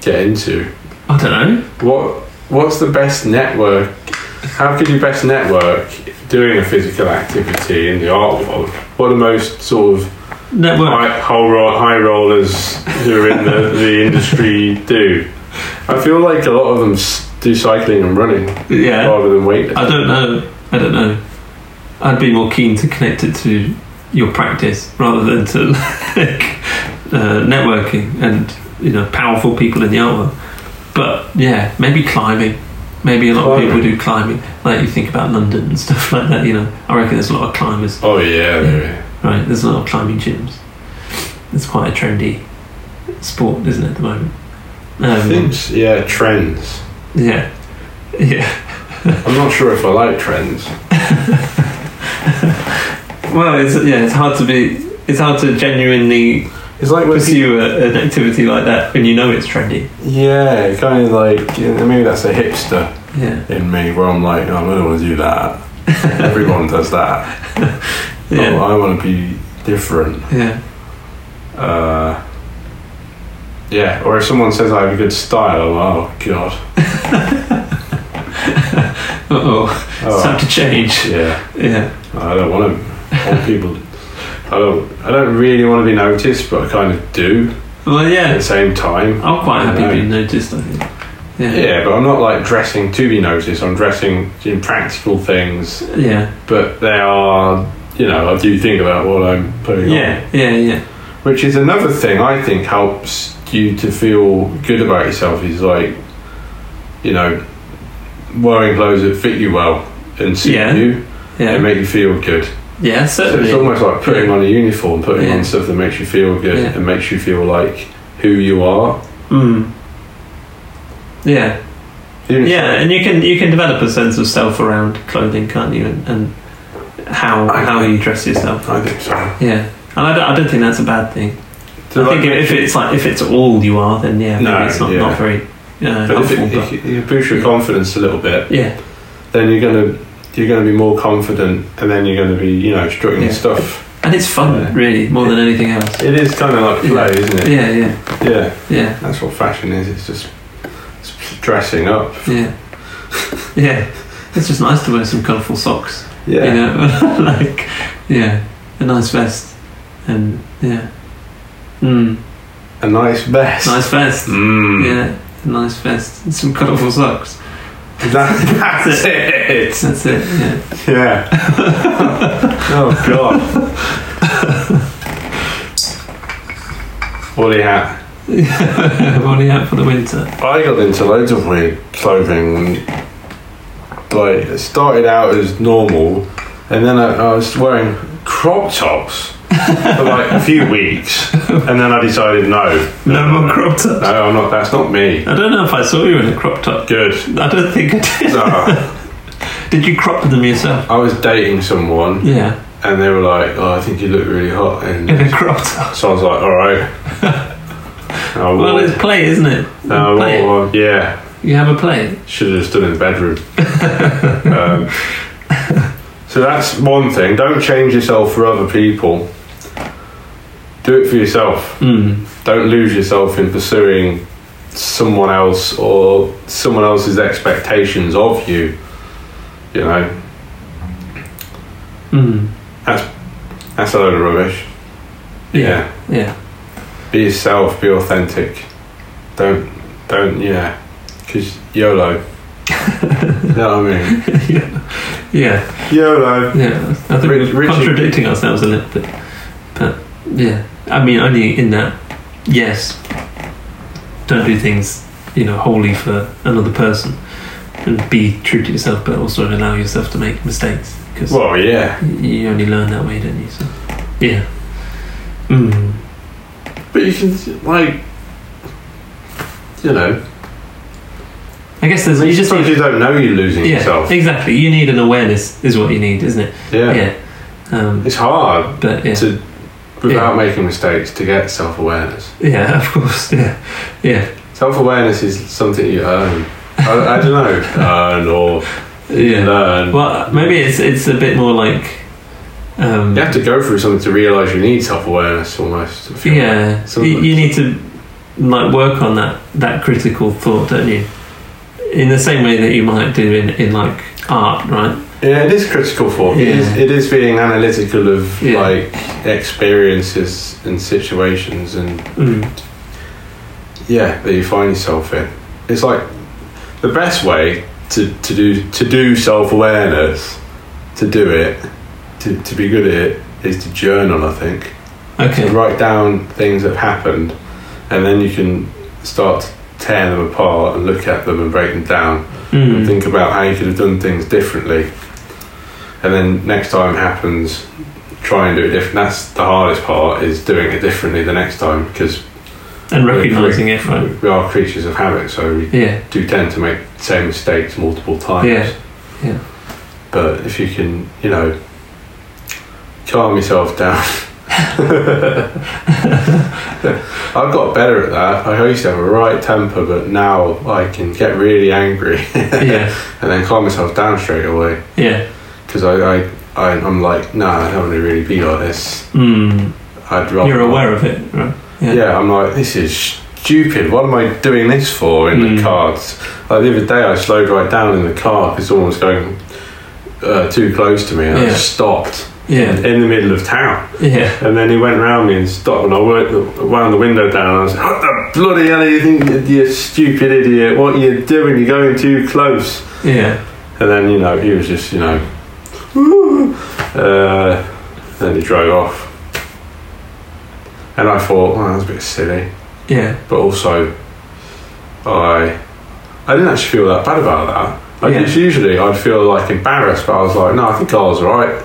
Speaker 3: get into?
Speaker 2: I don't know.
Speaker 3: What What's the best network? How could you best network doing a physical activity in the art world? What are the most sort of
Speaker 2: Network.
Speaker 3: high, whole roll, high rollers who are in the, the industry do? I feel like a lot of them s- do cycling and running
Speaker 2: Yeah.
Speaker 3: rather than weightlifting.
Speaker 2: I don't know. I don't know. I'd be more keen to connect it to your practice rather than to [laughs] like, uh, networking and you know powerful people in the art world. But yeah, maybe climbing. Maybe a lot of people
Speaker 3: Climbing.
Speaker 2: do climbing. Like you think about London and [laughs] stuff like that. You know, I reckon there's a lot of climbers.
Speaker 3: Oh yeah, there-
Speaker 2: Right, there's a lot of climbing gyms. It's quite a trendy sport, isn't it, at the moment?
Speaker 3: I think s- yeah, trends.
Speaker 2: Yeah, yeah.
Speaker 3: I'm not sure if I like trends.
Speaker 2: Well, it's yeah. It's hard to be. It's hard to genuinely
Speaker 3: It's like when people,
Speaker 2: pursue a, an activity like that when you know it's trendy.
Speaker 3: yeah, kind of like you know, maybe that's a hipster
Speaker 2: Yeah,
Speaker 3: in me where I'm like, oh, I don't want to do that. [laughs] Everyone does that.
Speaker 2: yeah,
Speaker 3: Oh, I want to be different.
Speaker 2: yeah,
Speaker 3: Uh, yeah, or if someone says I have a good style, oh god,
Speaker 2: Uh oh, it's time
Speaker 3: oh,
Speaker 2: to change.
Speaker 3: yeah,
Speaker 2: Yeah,
Speaker 3: I don't want to. Want people, I don't. I don't really want to be noticed, but I kind of do
Speaker 2: well,
Speaker 3: at
Speaker 2: yeah.
Speaker 3: the same time.
Speaker 2: I'm quite happy
Speaker 3: Yeah.
Speaker 2: being noticed. I think. Yeah,
Speaker 3: Yeah, but I'm not like dressing to be noticed. I'm dressing in practical things,
Speaker 2: yeah, yeah,
Speaker 3: but they are. You know, I do think about what I'm putting on,
Speaker 2: yeah, yeah, yeah.
Speaker 3: which is another thing I think helps you to feel good about yourself. Is like, you know, wearing clothes that fit you well and suit
Speaker 2: Yeah.
Speaker 3: you.
Speaker 2: yeah.
Speaker 3: They make you feel good.
Speaker 2: Yeah,
Speaker 3: So
Speaker 2: certainly.
Speaker 3: it's almost like putting on a uniform, putting
Speaker 2: Yeah.
Speaker 3: on stuff that makes you feel good
Speaker 2: Yeah.
Speaker 3: and makes you feel like who you are.
Speaker 2: Mm. Yeah,
Speaker 3: Even if-
Speaker 2: yeah, and you can you can develop a sense of self around clothing, can't you? And, and how
Speaker 3: I-
Speaker 2: how you dress yourself.
Speaker 3: I think so.
Speaker 2: Yeah, and I don't, I don't think that's a bad thing. I think if, if it's like if it's all you are, then yeah, maybe
Speaker 3: No,
Speaker 2: it's not,
Speaker 3: yeah.
Speaker 2: not very uh,
Speaker 3: but if
Speaker 2: helpful.
Speaker 3: it,
Speaker 2: But,
Speaker 3: if you boost your confidence a little bit,
Speaker 2: yeah,
Speaker 3: then you're gonna you're gonna be more confident, and then you're gonna be you know strutting
Speaker 2: Yeah.
Speaker 3: stuff.
Speaker 2: and it's fun,
Speaker 3: Yeah.
Speaker 2: really, more than anything else.
Speaker 3: It is kind of like play, isn't it?
Speaker 2: Yeah, yeah,
Speaker 3: Yeah.
Speaker 2: yeah,
Speaker 3: that's what fashion is. It's just it's dressing up.
Speaker 2: yeah, [laughs] yeah. It's just nice to wear some colourful socks.
Speaker 3: Yeah,
Speaker 2: You know, [laughs] like yeah, a nice vest, and yeah, mm,
Speaker 3: a nice vest.
Speaker 2: nice vest.
Speaker 3: Mm.
Speaker 2: Yeah, a nice vest, and some colourful socks.
Speaker 3: [laughs] That- [laughs] that's it.
Speaker 2: That's it. Yeah. [laughs]
Speaker 3: Yeah. oh god. Woolly hat.
Speaker 2: Only out for the winter.
Speaker 3: I got into loads of weird clothing. Like it started out as normal, and then I, I was wearing crop tops for like a few weeks, and then I decided no,
Speaker 2: No more crop tops.
Speaker 3: no, I'm not. That's not me.
Speaker 2: I don't know if I saw you in a crop top.
Speaker 3: Good.
Speaker 2: I don't think [laughs] I did.
Speaker 3: So,
Speaker 2: Did you crop them yourself?
Speaker 3: I was dating someone,
Speaker 2: Yeah,
Speaker 3: and they were like, "Oh, I think you look really hot,"
Speaker 2: [laughs]
Speaker 3: and
Speaker 2: in a crop top.
Speaker 3: So I was like, all
Speaker 2: [laughs]
Speaker 3: right. I wore-
Speaker 2: Well, it's play, isn't it?
Speaker 3: I wore
Speaker 2: play.
Speaker 3: one. yeah,
Speaker 2: You have a play.
Speaker 3: should have just done it in the bedroom. um, so that's one thing. Don't change yourself for other people. Do it for yourself.
Speaker 2: Mm.
Speaker 3: Don't lose yourself in pursuing someone else or someone else's expectations of you. You know,
Speaker 2: Mm.
Speaker 3: that's a load of rubbish.
Speaker 2: Yeah. Yeah.
Speaker 3: Be yourself. Be authentic. Don't don't yeah. Cause YOLO. you know what I mean?
Speaker 2: [laughs] Yeah.
Speaker 3: YOLO.
Speaker 2: Yeah. I think
Speaker 3: Rich-
Speaker 2: we're
Speaker 3: Richie-
Speaker 2: contradicting ourselves a little bit. But yeah. I mean only in that yes. Don't do things, you know, wholly for another person. And be true to yourself but also allow yourself to make mistakes. Because
Speaker 3: Well, yeah.
Speaker 2: you only learn that way, don't you? So Yeah. Mm.
Speaker 3: But you can like, you know,
Speaker 2: I guess there's you just
Speaker 3: sometimes
Speaker 2: need
Speaker 3: you don't know you're losing
Speaker 2: yeah,
Speaker 3: yourself.
Speaker 2: Exactly. You need an awareness, is what you need, isn't it?
Speaker 3: Yeah.
Speaker 2: Yeah. Um,
Speaker 3: It's hard
Speaker 2: but yeah.
Speaker 3: to,
Speaker 2: Yeah.
Speaker 3: without making mistakes, to get self-awareness.
Speaker 2: Yeah, [laughs] of course. Yeah. Yeah.
Speaker 3: Self-awareness is something you earn. I, I
Speaker 2: [laughs]
Speaker 3: don't know, earn or
Speaker 2: Yeah.
Speaker 3: learn.
Speaker 2: Well, maybe it's it's a bit more like. Um,
Speaker 3: you have to go through something to realise you need self-awareness almost. I feel like.
Speaker 2: yeah.
Speaker 3: Some-
Speaker 2: you, you need to like work on that that critical thought, don't you? In the same way that you might do in, in like art, right?
Speaker 3: Yeah, it is critical thought. It, is,
Speaker 2: Yeah.
Speaker 3: it is being analytical of
Speaker 2: Yeah.
Speaker 3: like experiences and situations and
Speaker 2: Mm.
Speaker 3: yeah that you find yourself in. It's like the best way to, to do to do self awareness, to do it, to, to be good at it is to journal. I think You
Speaker 2: Okay.
Speaker 3: write down things that have happened, and then you can start to tear them apart and look at them and break them down and
Speaker 2: Mm.
Speaker 3: think about how you could have done things differently. And then next time it happens, try and do it different. That's the hardest part is doing it differently the next time because
Speaker 2: And recognizing it, right?
Speaker 3: we are creatures of habit, so we
Speaker 2: Yeah.
Speaker 3: do tend to make the same mistakes multiple times.
Speaker 2: Yeah, yeah.
Speaker 3: But if you can, you know, calm yourself down. [laughs] I've got better at that. I used to have a right temper, but now I can get really angry [laughs]
Speaker 2: Yeah.
Speaker 3: and then calm myself down straight away
Speaker 2: Yeah.
Speaker 3: because I, I, I, I'm like, nah, I don't want to really be like this.
Speaker 2: Mm.
Speaker 3: I'd rather.
Speaker 2: You're aware of it, right?
Speaker 3: Yeah, I'm like, this is stupid. What am I doing this for in
Speaker 2: Mm.
Speaker 3: the cards? Like the other day, I slowed right down in the car because someone was going uh, too close to me, and I
Speaker 2: Yeah.
Speaker 3: just stopped
Speaker 2: Yeah.
Speaker 3: in the middle of town.
Speaker 2: Yeah.
Speaker 3: And then he went round me and stopped, and I went, wound the window down. And I was like, "What the bloody hell are you thinking, you stupid idiot? What are you doing? You're going too close."
Speaker 2: Yeah.
Speaker 3: And then you know he was just you know, [laughs] "Woo." uh, then he drove off. And I thought, well, that's a bit silly
Speaker 2: Yeah.
Speaker 3: but also I I didn't actually feel that bad about that. Like
Speaker 2: Yeah.
Speaker 3: it's usually I'd feel like embarrassed, but I was like, no, I think I was alright.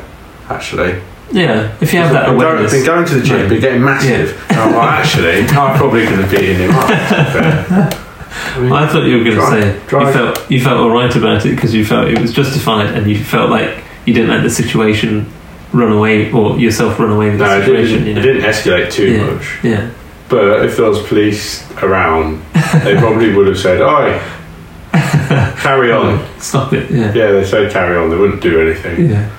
Speaker 3: Actually,
Speaker 2: Yeah. If you have
Speaker 3: I've
Speaker 2: that
Speaker 3: been going,
Speaker 2: awareness.
Speaker 3: been going to the gym,
Speaker 2: Yeah.
Speaker 3: been getting massive. And I'm like,
Speaker 2: [laughs]
Speaker 3: actually, I probably could have beaten him up. I mean,
Speaker 2: I thought you were going to
Speaker 3: Drive-
Speaker 2: say you
Speaker 3: drive-
Speaker 2: felt you felt all right about it because you felt it was justified and you felt like you didn't let the situation run away or yourself run away with
Speaker 3: no,
Speaker 2: the
Speaker 3: it
Speaker 2: situation.
Speaker 3: didn't,
Speaker 2: You
Speaker 3: it
Speaker 2: know?
Speaker 3: didn't escalate too
Speaker 2: Yeah.
Speaker 3: much.
Speaker 2: Yeah.
Speaker 3: But if there was police around, they probably would have said,
Speaker 2: [laughs]
Speaker 3: "Oi, carry on."
Speaker 2: Stop it. Yeah.
Speaker 3: Yeah, they say carry on. They wouldn't do anything
Speaker 2: Yeah.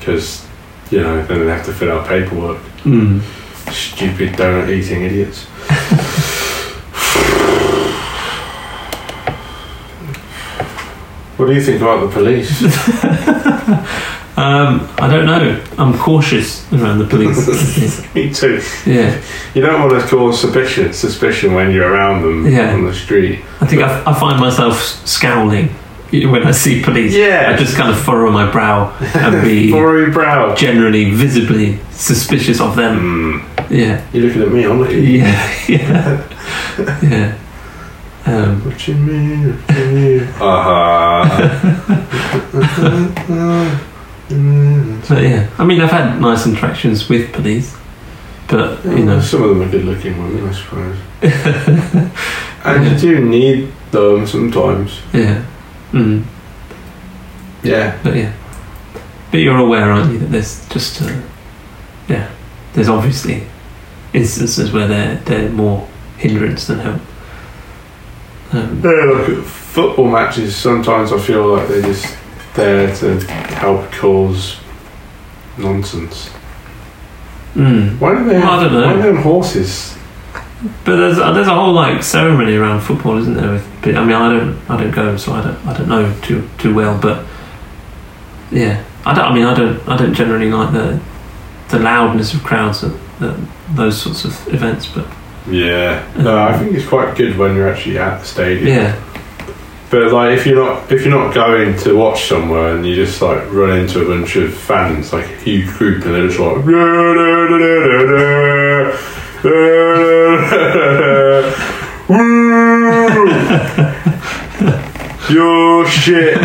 Speaker 3: because you know then they have to fill out paperwork.
Speaker 2: Mm.
Speaker 3: Stupid donut eating
Speaker 2: [laughs]
Speaker 3: idiots. what do you think about the police?
Speaker 2: [laughs]
Speaker 3: [laughs]
Speaker 2: Um, I don't know. I'm cautious around the police.
Speaker 3: [laughs] Me too.
Speaker 2: yeah.
Speaker 3: You don't want to cause suspicion, suspicion when you're around them
Speaker 2: Yeah.
Speaker 3: on the street.
Speaker 2: I think I, I find myself scowling when I see police.
Speaker 3: Yeah.
Speaker 2: I just kind of furrow my brow and
Speaker 3: [laughs]
Speaker 2: be
Speaker 3: Furry brow.
Speaker 2: generally visibly suspicious of them.
Speaker 3: Mm.
Speaker 2: Yeah.
Speaker 3: You're looking at me, I'm not you.
Speaker 2: Um, Yeah, [laughs] yeah, yeah. Um,
Speaker 3: What you mean? What you mean?
Speaker 2: [laughs]
Speaker 3: Uh-huh.
Speaker 2: but yeah, I mean, I've had nice interactions with police, but you know,
Speaker 3: Some of them are good looking women,
Speaker 2: [laughs]
Speaker 3: I suppose.
Speaker 2: yeah,
Speaker 3: And you do need them sometimes.
Speaker 2: mm,
Speaker 3: Yeah.
Speaker 2: but yeah, but you're aware, aren't you, that there's just, uh, yeah, there's obviously instances where they're they're more hindrance than help. Um,
Speaker 3: Yeah, look, at football matches, sometimes I feel like they're just there to help cause nonsense.
Speaker 2: mm.
Speaker 3: Why do they
Speaker 2: I
Speaker 3: have,
Speaker 2: don't know.
Speaker 3: Why do they have horses?
Speaker 2: But there's uh, there's a whole like ceremony around football, isn't there? With, but, I mean, I don't I don't go, so I don't I don't know too too well. But yeah, I don't. I mean, I don't I don't generally like the the loudness of crowds at, at those sorts of events. But uh,
Speaker 3: Yeah. No, I think it's quite good when you're actually at the stadium.
Speaker 2: yeah,
Speaker 3: But like if you're not if you're not going to watch somewhere and you just like run into a bunch of fans, like a huge group and they're just like [laughs] Woo! Your shit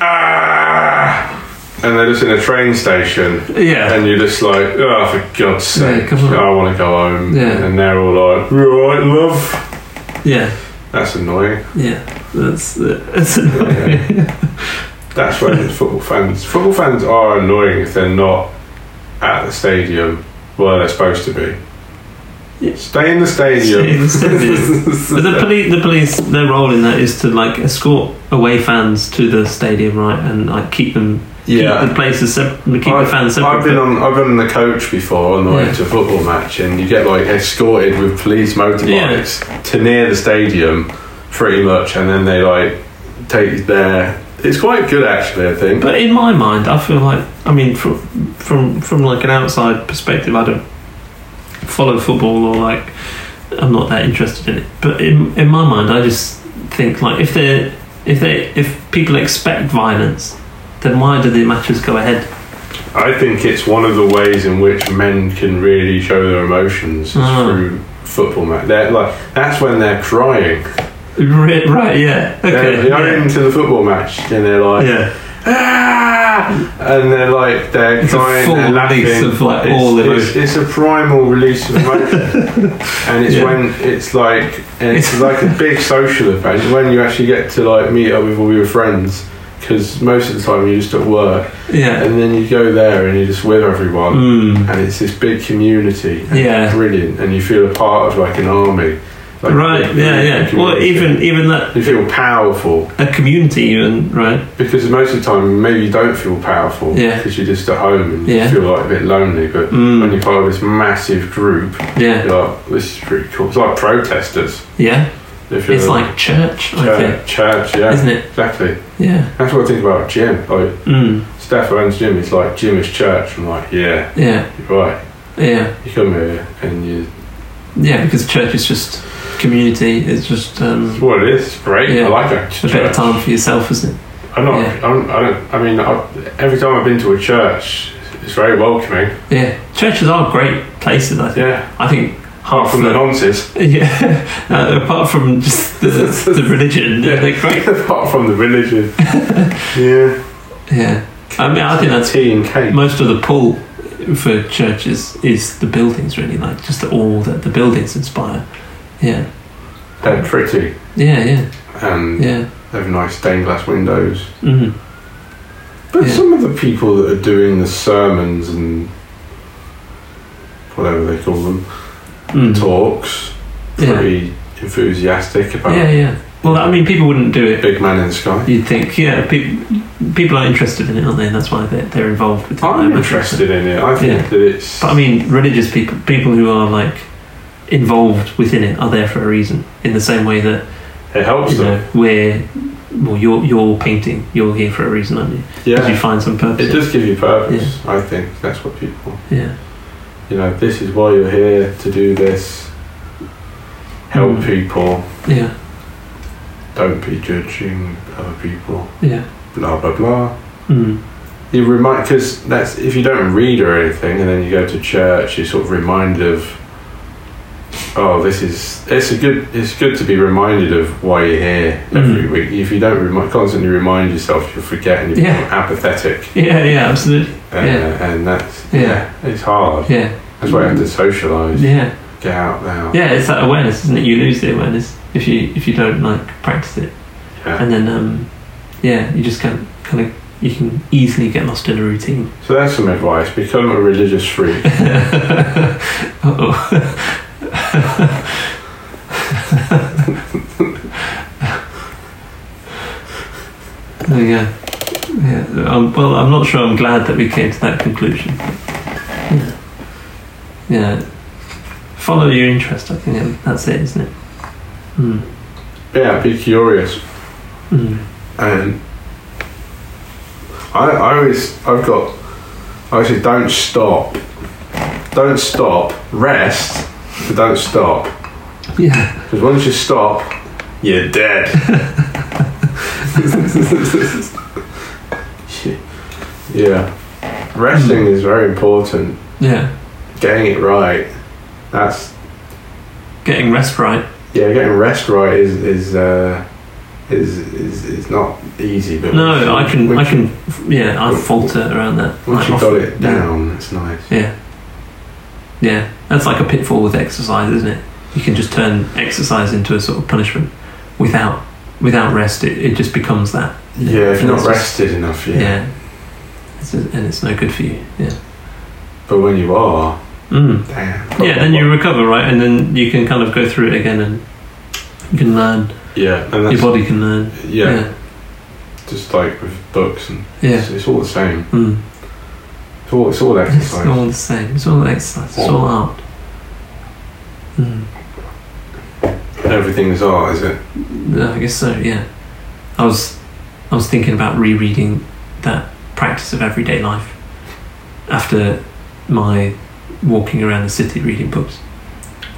Speaker 3: ah! And they're just in a train station
Speaker 2: yeah,
Speaker 3: and you're just like, oh for God's
Speaker 2: Yeah,
Speaker 3: sake,
Speaker 2: come on.
Speaker 3: I wanna go home.
Speaker 2: Yeah.
Speaker 3: And they're all like, Right, love
Speaker 2: yeah,
Speaker 3: That's annoying.
Speaker 2: yeah. That's uh, that's [laughs] annoying.
Speaker 3: Yeah. That's when football fans football fans are annoying if they're not at the stadium where they're supposed to be.
Speaker 2: Yeah.
Speaker 3: Stay in the
Speaker 2: Stay in
Speaker 3: stadium.
Speaker 2: the
Speaker 3: [laughs]
Speaker 2: But the police, the police, their role in that is to like escort away fans to the stadium, right, and like keep them, keep the
Speaker 3: yeah.
Speaker 2: places, sep- keep
Speaker 3: I've-
Speaker 2: the fans separate.
Speaker 3: I've been on I've been on the coach before on the way
Speaker 2: Yeah.
Speaker 3: to a football match and you get like escorted with police motorbikes to near the stadium pretty much and then they like take you there. It's quite good actually I think.
Speaker 2: But in my mind, I feel like I mean, from from from like an outside perspective, I don't follow football or like I'm not that interested in it. But in in my mind, I just think like if they if they if people expect violence, then why do the matches go ahead?
Speaker 3: I think it's one of the ways in which men can really show their emotions is
Speaker 2: Ah.
Speaker 3: through football match. They're like that's when
Speaker 2: [laughs]
Speaker 3: they're crying.
Speaker 2: Right, right, yeah.
Speaker 3: They're,
Speaker 2: Okay.
Speaker 3: they're
Speaker 2: Yeah.
Speaker 3: into the football match and they're like
Speaker 2: yeah.
Speaker 3: ah, and they're like they're
Speaker 2: It's a
Speaker 3: crying,
Speaker 2: full
Speaker 3: they're laughing.
Speaker 2: release of, like,
Speaker 3: it's,
Speaker 2: all
Speaker 3: it's,
Speaker 2: emotion.
Speaker 3: it's a primal release of emotion,
Speaker 2: [laughs]
Speaker 3: and it's
Speaker 2: Yeah.
Speaker 3: when it's like
Speaker 2: [laughs]
Speaker 3: and it's like a big social event when you actually get to like meet up with all your friends because most of the time you're just at work,
Speaker 2: Yeah.
Speaker 3: and then you go there and you're just with everyone,
Speaker 2: Mm.
Speaker 3: and it's this big community. And
Speaker 2: Yeah.
Speaker 3: it's brilliant, and you feel a part of like an army. Like,
Speaker 2: Right,
Speaker 3: a
Speaker 2: yeah, yeah. Well,
Speaker 3: community.
Speaker 2: even even that
Speaker 3: you feel powerful
Speaker 2: a community, even right?
Speaker 3: because most of the time maybe you don't feel powerful
Speaker 2: Yeah.
Speaker 3: because you're just at home and
Speaker 2: Yeah.
Speaker 3: you feel like a bit lonely but when
Speaker 2: Mm.
Speaker 3: you're part of this massive group
Speaker 2: Yeah,
Speaker 3: you're like this is pretty cool it's like protesters
Speaker 2: yeah.
Speaker 3: if you're
Speaker 2: It's like church, I think,
Speaker 3: church, church yeah
Speaker 2: isn't it?
Speaker 3: exactly
Speaker 2: Yeah.
Speaker 3: that's what I think about Jim like
Speaker 2: Mm.
Speaker 3: Steph owns Jim it's like Jim is church I'm like yeah
Speaker 2: Yeah.
Speaker 3: you're right
Speaker 2: Yeah.
Speaker 3: you come here and you
Speaker 2: Yeah. Because church is just community. It's just
Speaker 3: it's
Speaker 2: um,
Speaker 3: what it is it's great
Speaker 2: Yeah.
Speaker 3: I like it
Speaker 2: a better time for yourself, isn't it?
Speaker 3: I'm not
Speaker 2: Yeah.
Speaker 3: I'm, I don't I mean I, every time I've been to a church it's very welcoming
Speaker 2: Yeah. Churches are great places. I think.
Speaker 3: yeah
Speaker 2: I think
Speaker 3: apart
Speaker 2: half
Speaker 3: from
Speaker 2: the
Speaker 3: the nonsense
Speaker 2: [laughs]
Speaker 3: [laughs]
Speaker 2: yeah. Uh, apart from just the, the religion,
Speaker 3: [laughs] Yeah.
Speaker 2: they're great.
Speaker 3: Apart from the
Speaker 2: [laughs]
Speaker 3: religion. yeah.
Speaker 2: Yeah. I mean, I think that's
Speaker 3: tea and cake.
Speaker 2: most of the pull for churches is the buildings, really. Like just the, all that the buildings inspire. Yeah.
Speaker 3: They're pretty
Speaker 2: Yeah. Yeah.
Speaker 3: and
Speaker 2: Yeah.
Speaker 3: they have nice stained glass windows.
Speaker 2: Mm.
Speaker 3: But
Speaker 2: Yeah.
Speaker 3: some of the people that are doing the sermons and whatever they call them
Speaker 2: Mm.
Speaker 3: talks
Speaker 2: Yeah.
Speaker 3: pretty enthusiastic about
Speaker 2: Yeah. Yeah. Well, I mean, people wouldn't do it
Speaker 3: big man in the sky.
Speaker 2: You'd think, yeah, pe- people are interested in it, aren't they? That's why they're, they're involved with it.
Speaker 3: I'm
Speaker 2: much
Speaker 3: interested in it. I think
Speaker 2: Yeah.
Speaker 3: that it's
Speaker 2: But I mean, religious people, people who are like involved within it, are there for a reason. In the same way that
Speaker 3: it helps
Speaker 2: you
Speaker 3: them.
Speaker 2: know, we're, well, you're you're painting, you're here for a reason, aren't you? 'Cause you
Speaker 3: Yeah.
Speaker 2: find some purpose.
Speaker 3: It does give you purpose, I think. That's what people
Speaker 2: Yeah,
Speaker 3: you know, this is why you're here to do this. Help
Speaker 2: Mm.
Speaker 3: people.
Speaker 2: yeah,
Speaker 3: Don't be judging other people.
Speaker 2: yeah.
Speaker 3: Blah blah blah.
Speaker 2: Mm.
Speaker 3: You remind because that's if you don't read or anything, and then you go to church, you're sort of reminded of. Oh, this is it's a good it's good to be reminded of why you're here every
Speaker 2: Mm.
Speaker 3: week. If you don't remi- constantly remind yourself, you forget and you become
Speaker 2: Yeah.
Speaker 3: apathetic.
Speaker 2: Yeah, yeah, absolutely.
Speaker 3: Uh,
Speaker 2: Yeah.
Speaker 3: and that's
Speaker 2: Yeah.
Speaker 3: it's hard.
Speaker 2: Yeah,
Speaker 3: That's why you have to socialise.
Speaker 2: yeah,
Speaker 3: Get out now.
Speaker 2: yeah. It's that awareness, isn't it? You lose the awareness if you if you don't like practice it.
Speaker 3: Yeah.
Speaker 2: and then um, yeah, you just kind of, kind of you can easily get lost in a routine.
Speaker 3: So that's some advice. Become a religious freak.
Speaker 2: [laughs] oh, oh yeah, yeah. Um, well, I'm not sure. I'm glad that we came to that conclusion. Yeah, yeah. Follow your interest. I think um, that's it, isn't it? Mm.
Speaker 3: yeah, be curious.
Speaker 2: Mm.
Speaker 3: And I, I always, I've got, I actually don't stop. Don't stop. Rest, but don't stop.
Speaker 2: Yeah.
Speaker 3: Because once you stop, you're
Speaker 2: [laughs]
Speaker 3: dead. yeah. Resting is very important.
Speaker 2: Yeah.
Speaker 3: Getting it right. That's
Speaker 2: Getting rest right.
Speaker 3: Yeah, getting rest right is is uh, is, is is not easy, but once you-
Speaker 2: No, I can. I
Speaker 3: once
Speaker 2: can. Yeah, I falter around that.
Speaker 3: you-
Speaker 2: Like,
Speaker 3: Once you got
Speaker 2: often-
Speaker 3: it down, it's nice.
Speaker 2: Yeah. Yeah. That's like a pitfall with exercise, isn't it? You can just turn exercise into a sort of punishment without without rest. It, it just becomes that.
Speaker 3: Yeah, if you're
Speaker 2: And
Speaker 3: not
Speaker 2: it's just-
Speaker 3: rested enough, yeah.
Speaker 2: Yeah. It's just- and it's no good for you. Yeah.
Speaker 3: But when you are,
Speaker 2: Mm.
Speaker 3: damn.
Speaker 2: Yeah. Then you recover, right? And then you can kind of go through it again, and you can learn.
Speaker 3: Yeah, and
Speaker 2: Your
Speaker 3: that's
Speaker 2: body can learn.
Speaker 3: yeah, just like with books and
Speaker 2: Yeah. yeah.
Speaker 3: it's, it's all the same.
Speaker 2: Mm.
Speaker 3: It's all it's all
Speaker 2: It's
Speaker 3: exercise.
Speaker 2: all the same. It's all exercise. It's all art. Mm.
Speaker 3: Everything is art, is it?
Speaker 2: Yeah, Uh, I guess so. Yeah, I was I was thinking about rereading that practice of everyday life after my walking around the city reading books.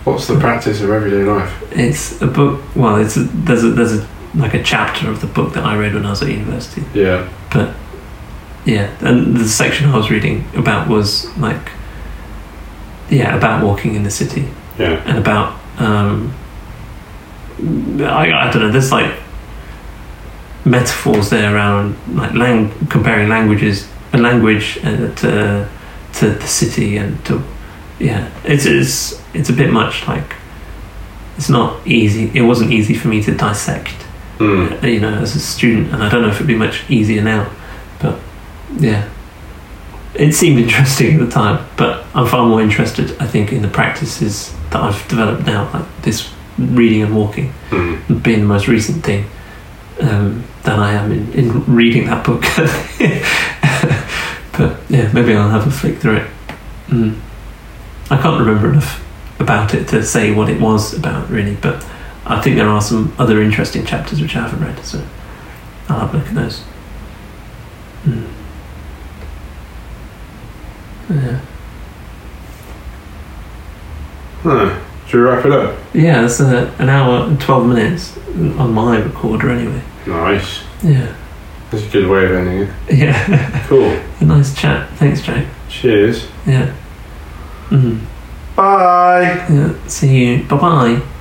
Speaker 3: What's the practice of everyday life?
Speaker 2: It's a book. Well, it's a, there's a there's a like a chapter of the book that I read when I was at university.
Speaker 3: Yeah,
Speaker 2: yeah, and the section I was reading about was like, yeah, about walking in the city
Speaker 3: Yeah.
Speaker 2: and about um, I, I don't know. There's like metaphors there around like lang- comparing languages, a language uh, to to the city and to yeah. It's it's it's a bit much. Like it's not easy. It wasn't easy for me to dissect.
Speaker 3: Mm.
Speaker 2: You know, as a student, and I don't know if it'd be much easier now. But yeah. It seemed interesting at the time, but I'm far more interested, I think, in the practices that I've developed now, like this reading and walking
Speaker 3: Mm.
Speaker 2: being the most recent thing um, than I am in, in reading that book. [laughs] but yeah, maybe I'll have a flick through it. Mm. I can't remember enough about it to say what it was about, really, but I think there are some other interesting chapters which I haven't read, so I'll have a look at those. Mm. Yeah.
Speaker 3: Huh. Should we wrap it up?
Speaker 2: Yeah, that's uh, an hour and 12 minutes on my recorder, anyway.
Speaker 3: Nice.
Speaker 2: Yeah. [laughs]
Speaker 3: That's a good way of ending it.
Speaker 2: Yeah. [laughs]
Speaker 3: Cool.
Speaker 2: Nice chat. Thanks, Jake.
Speaker 3: Cheers.
Speaker 2: Yeah. Mm.
Speaker 3: Bye.
Speaker 2: Yeah. See you. Bye bye.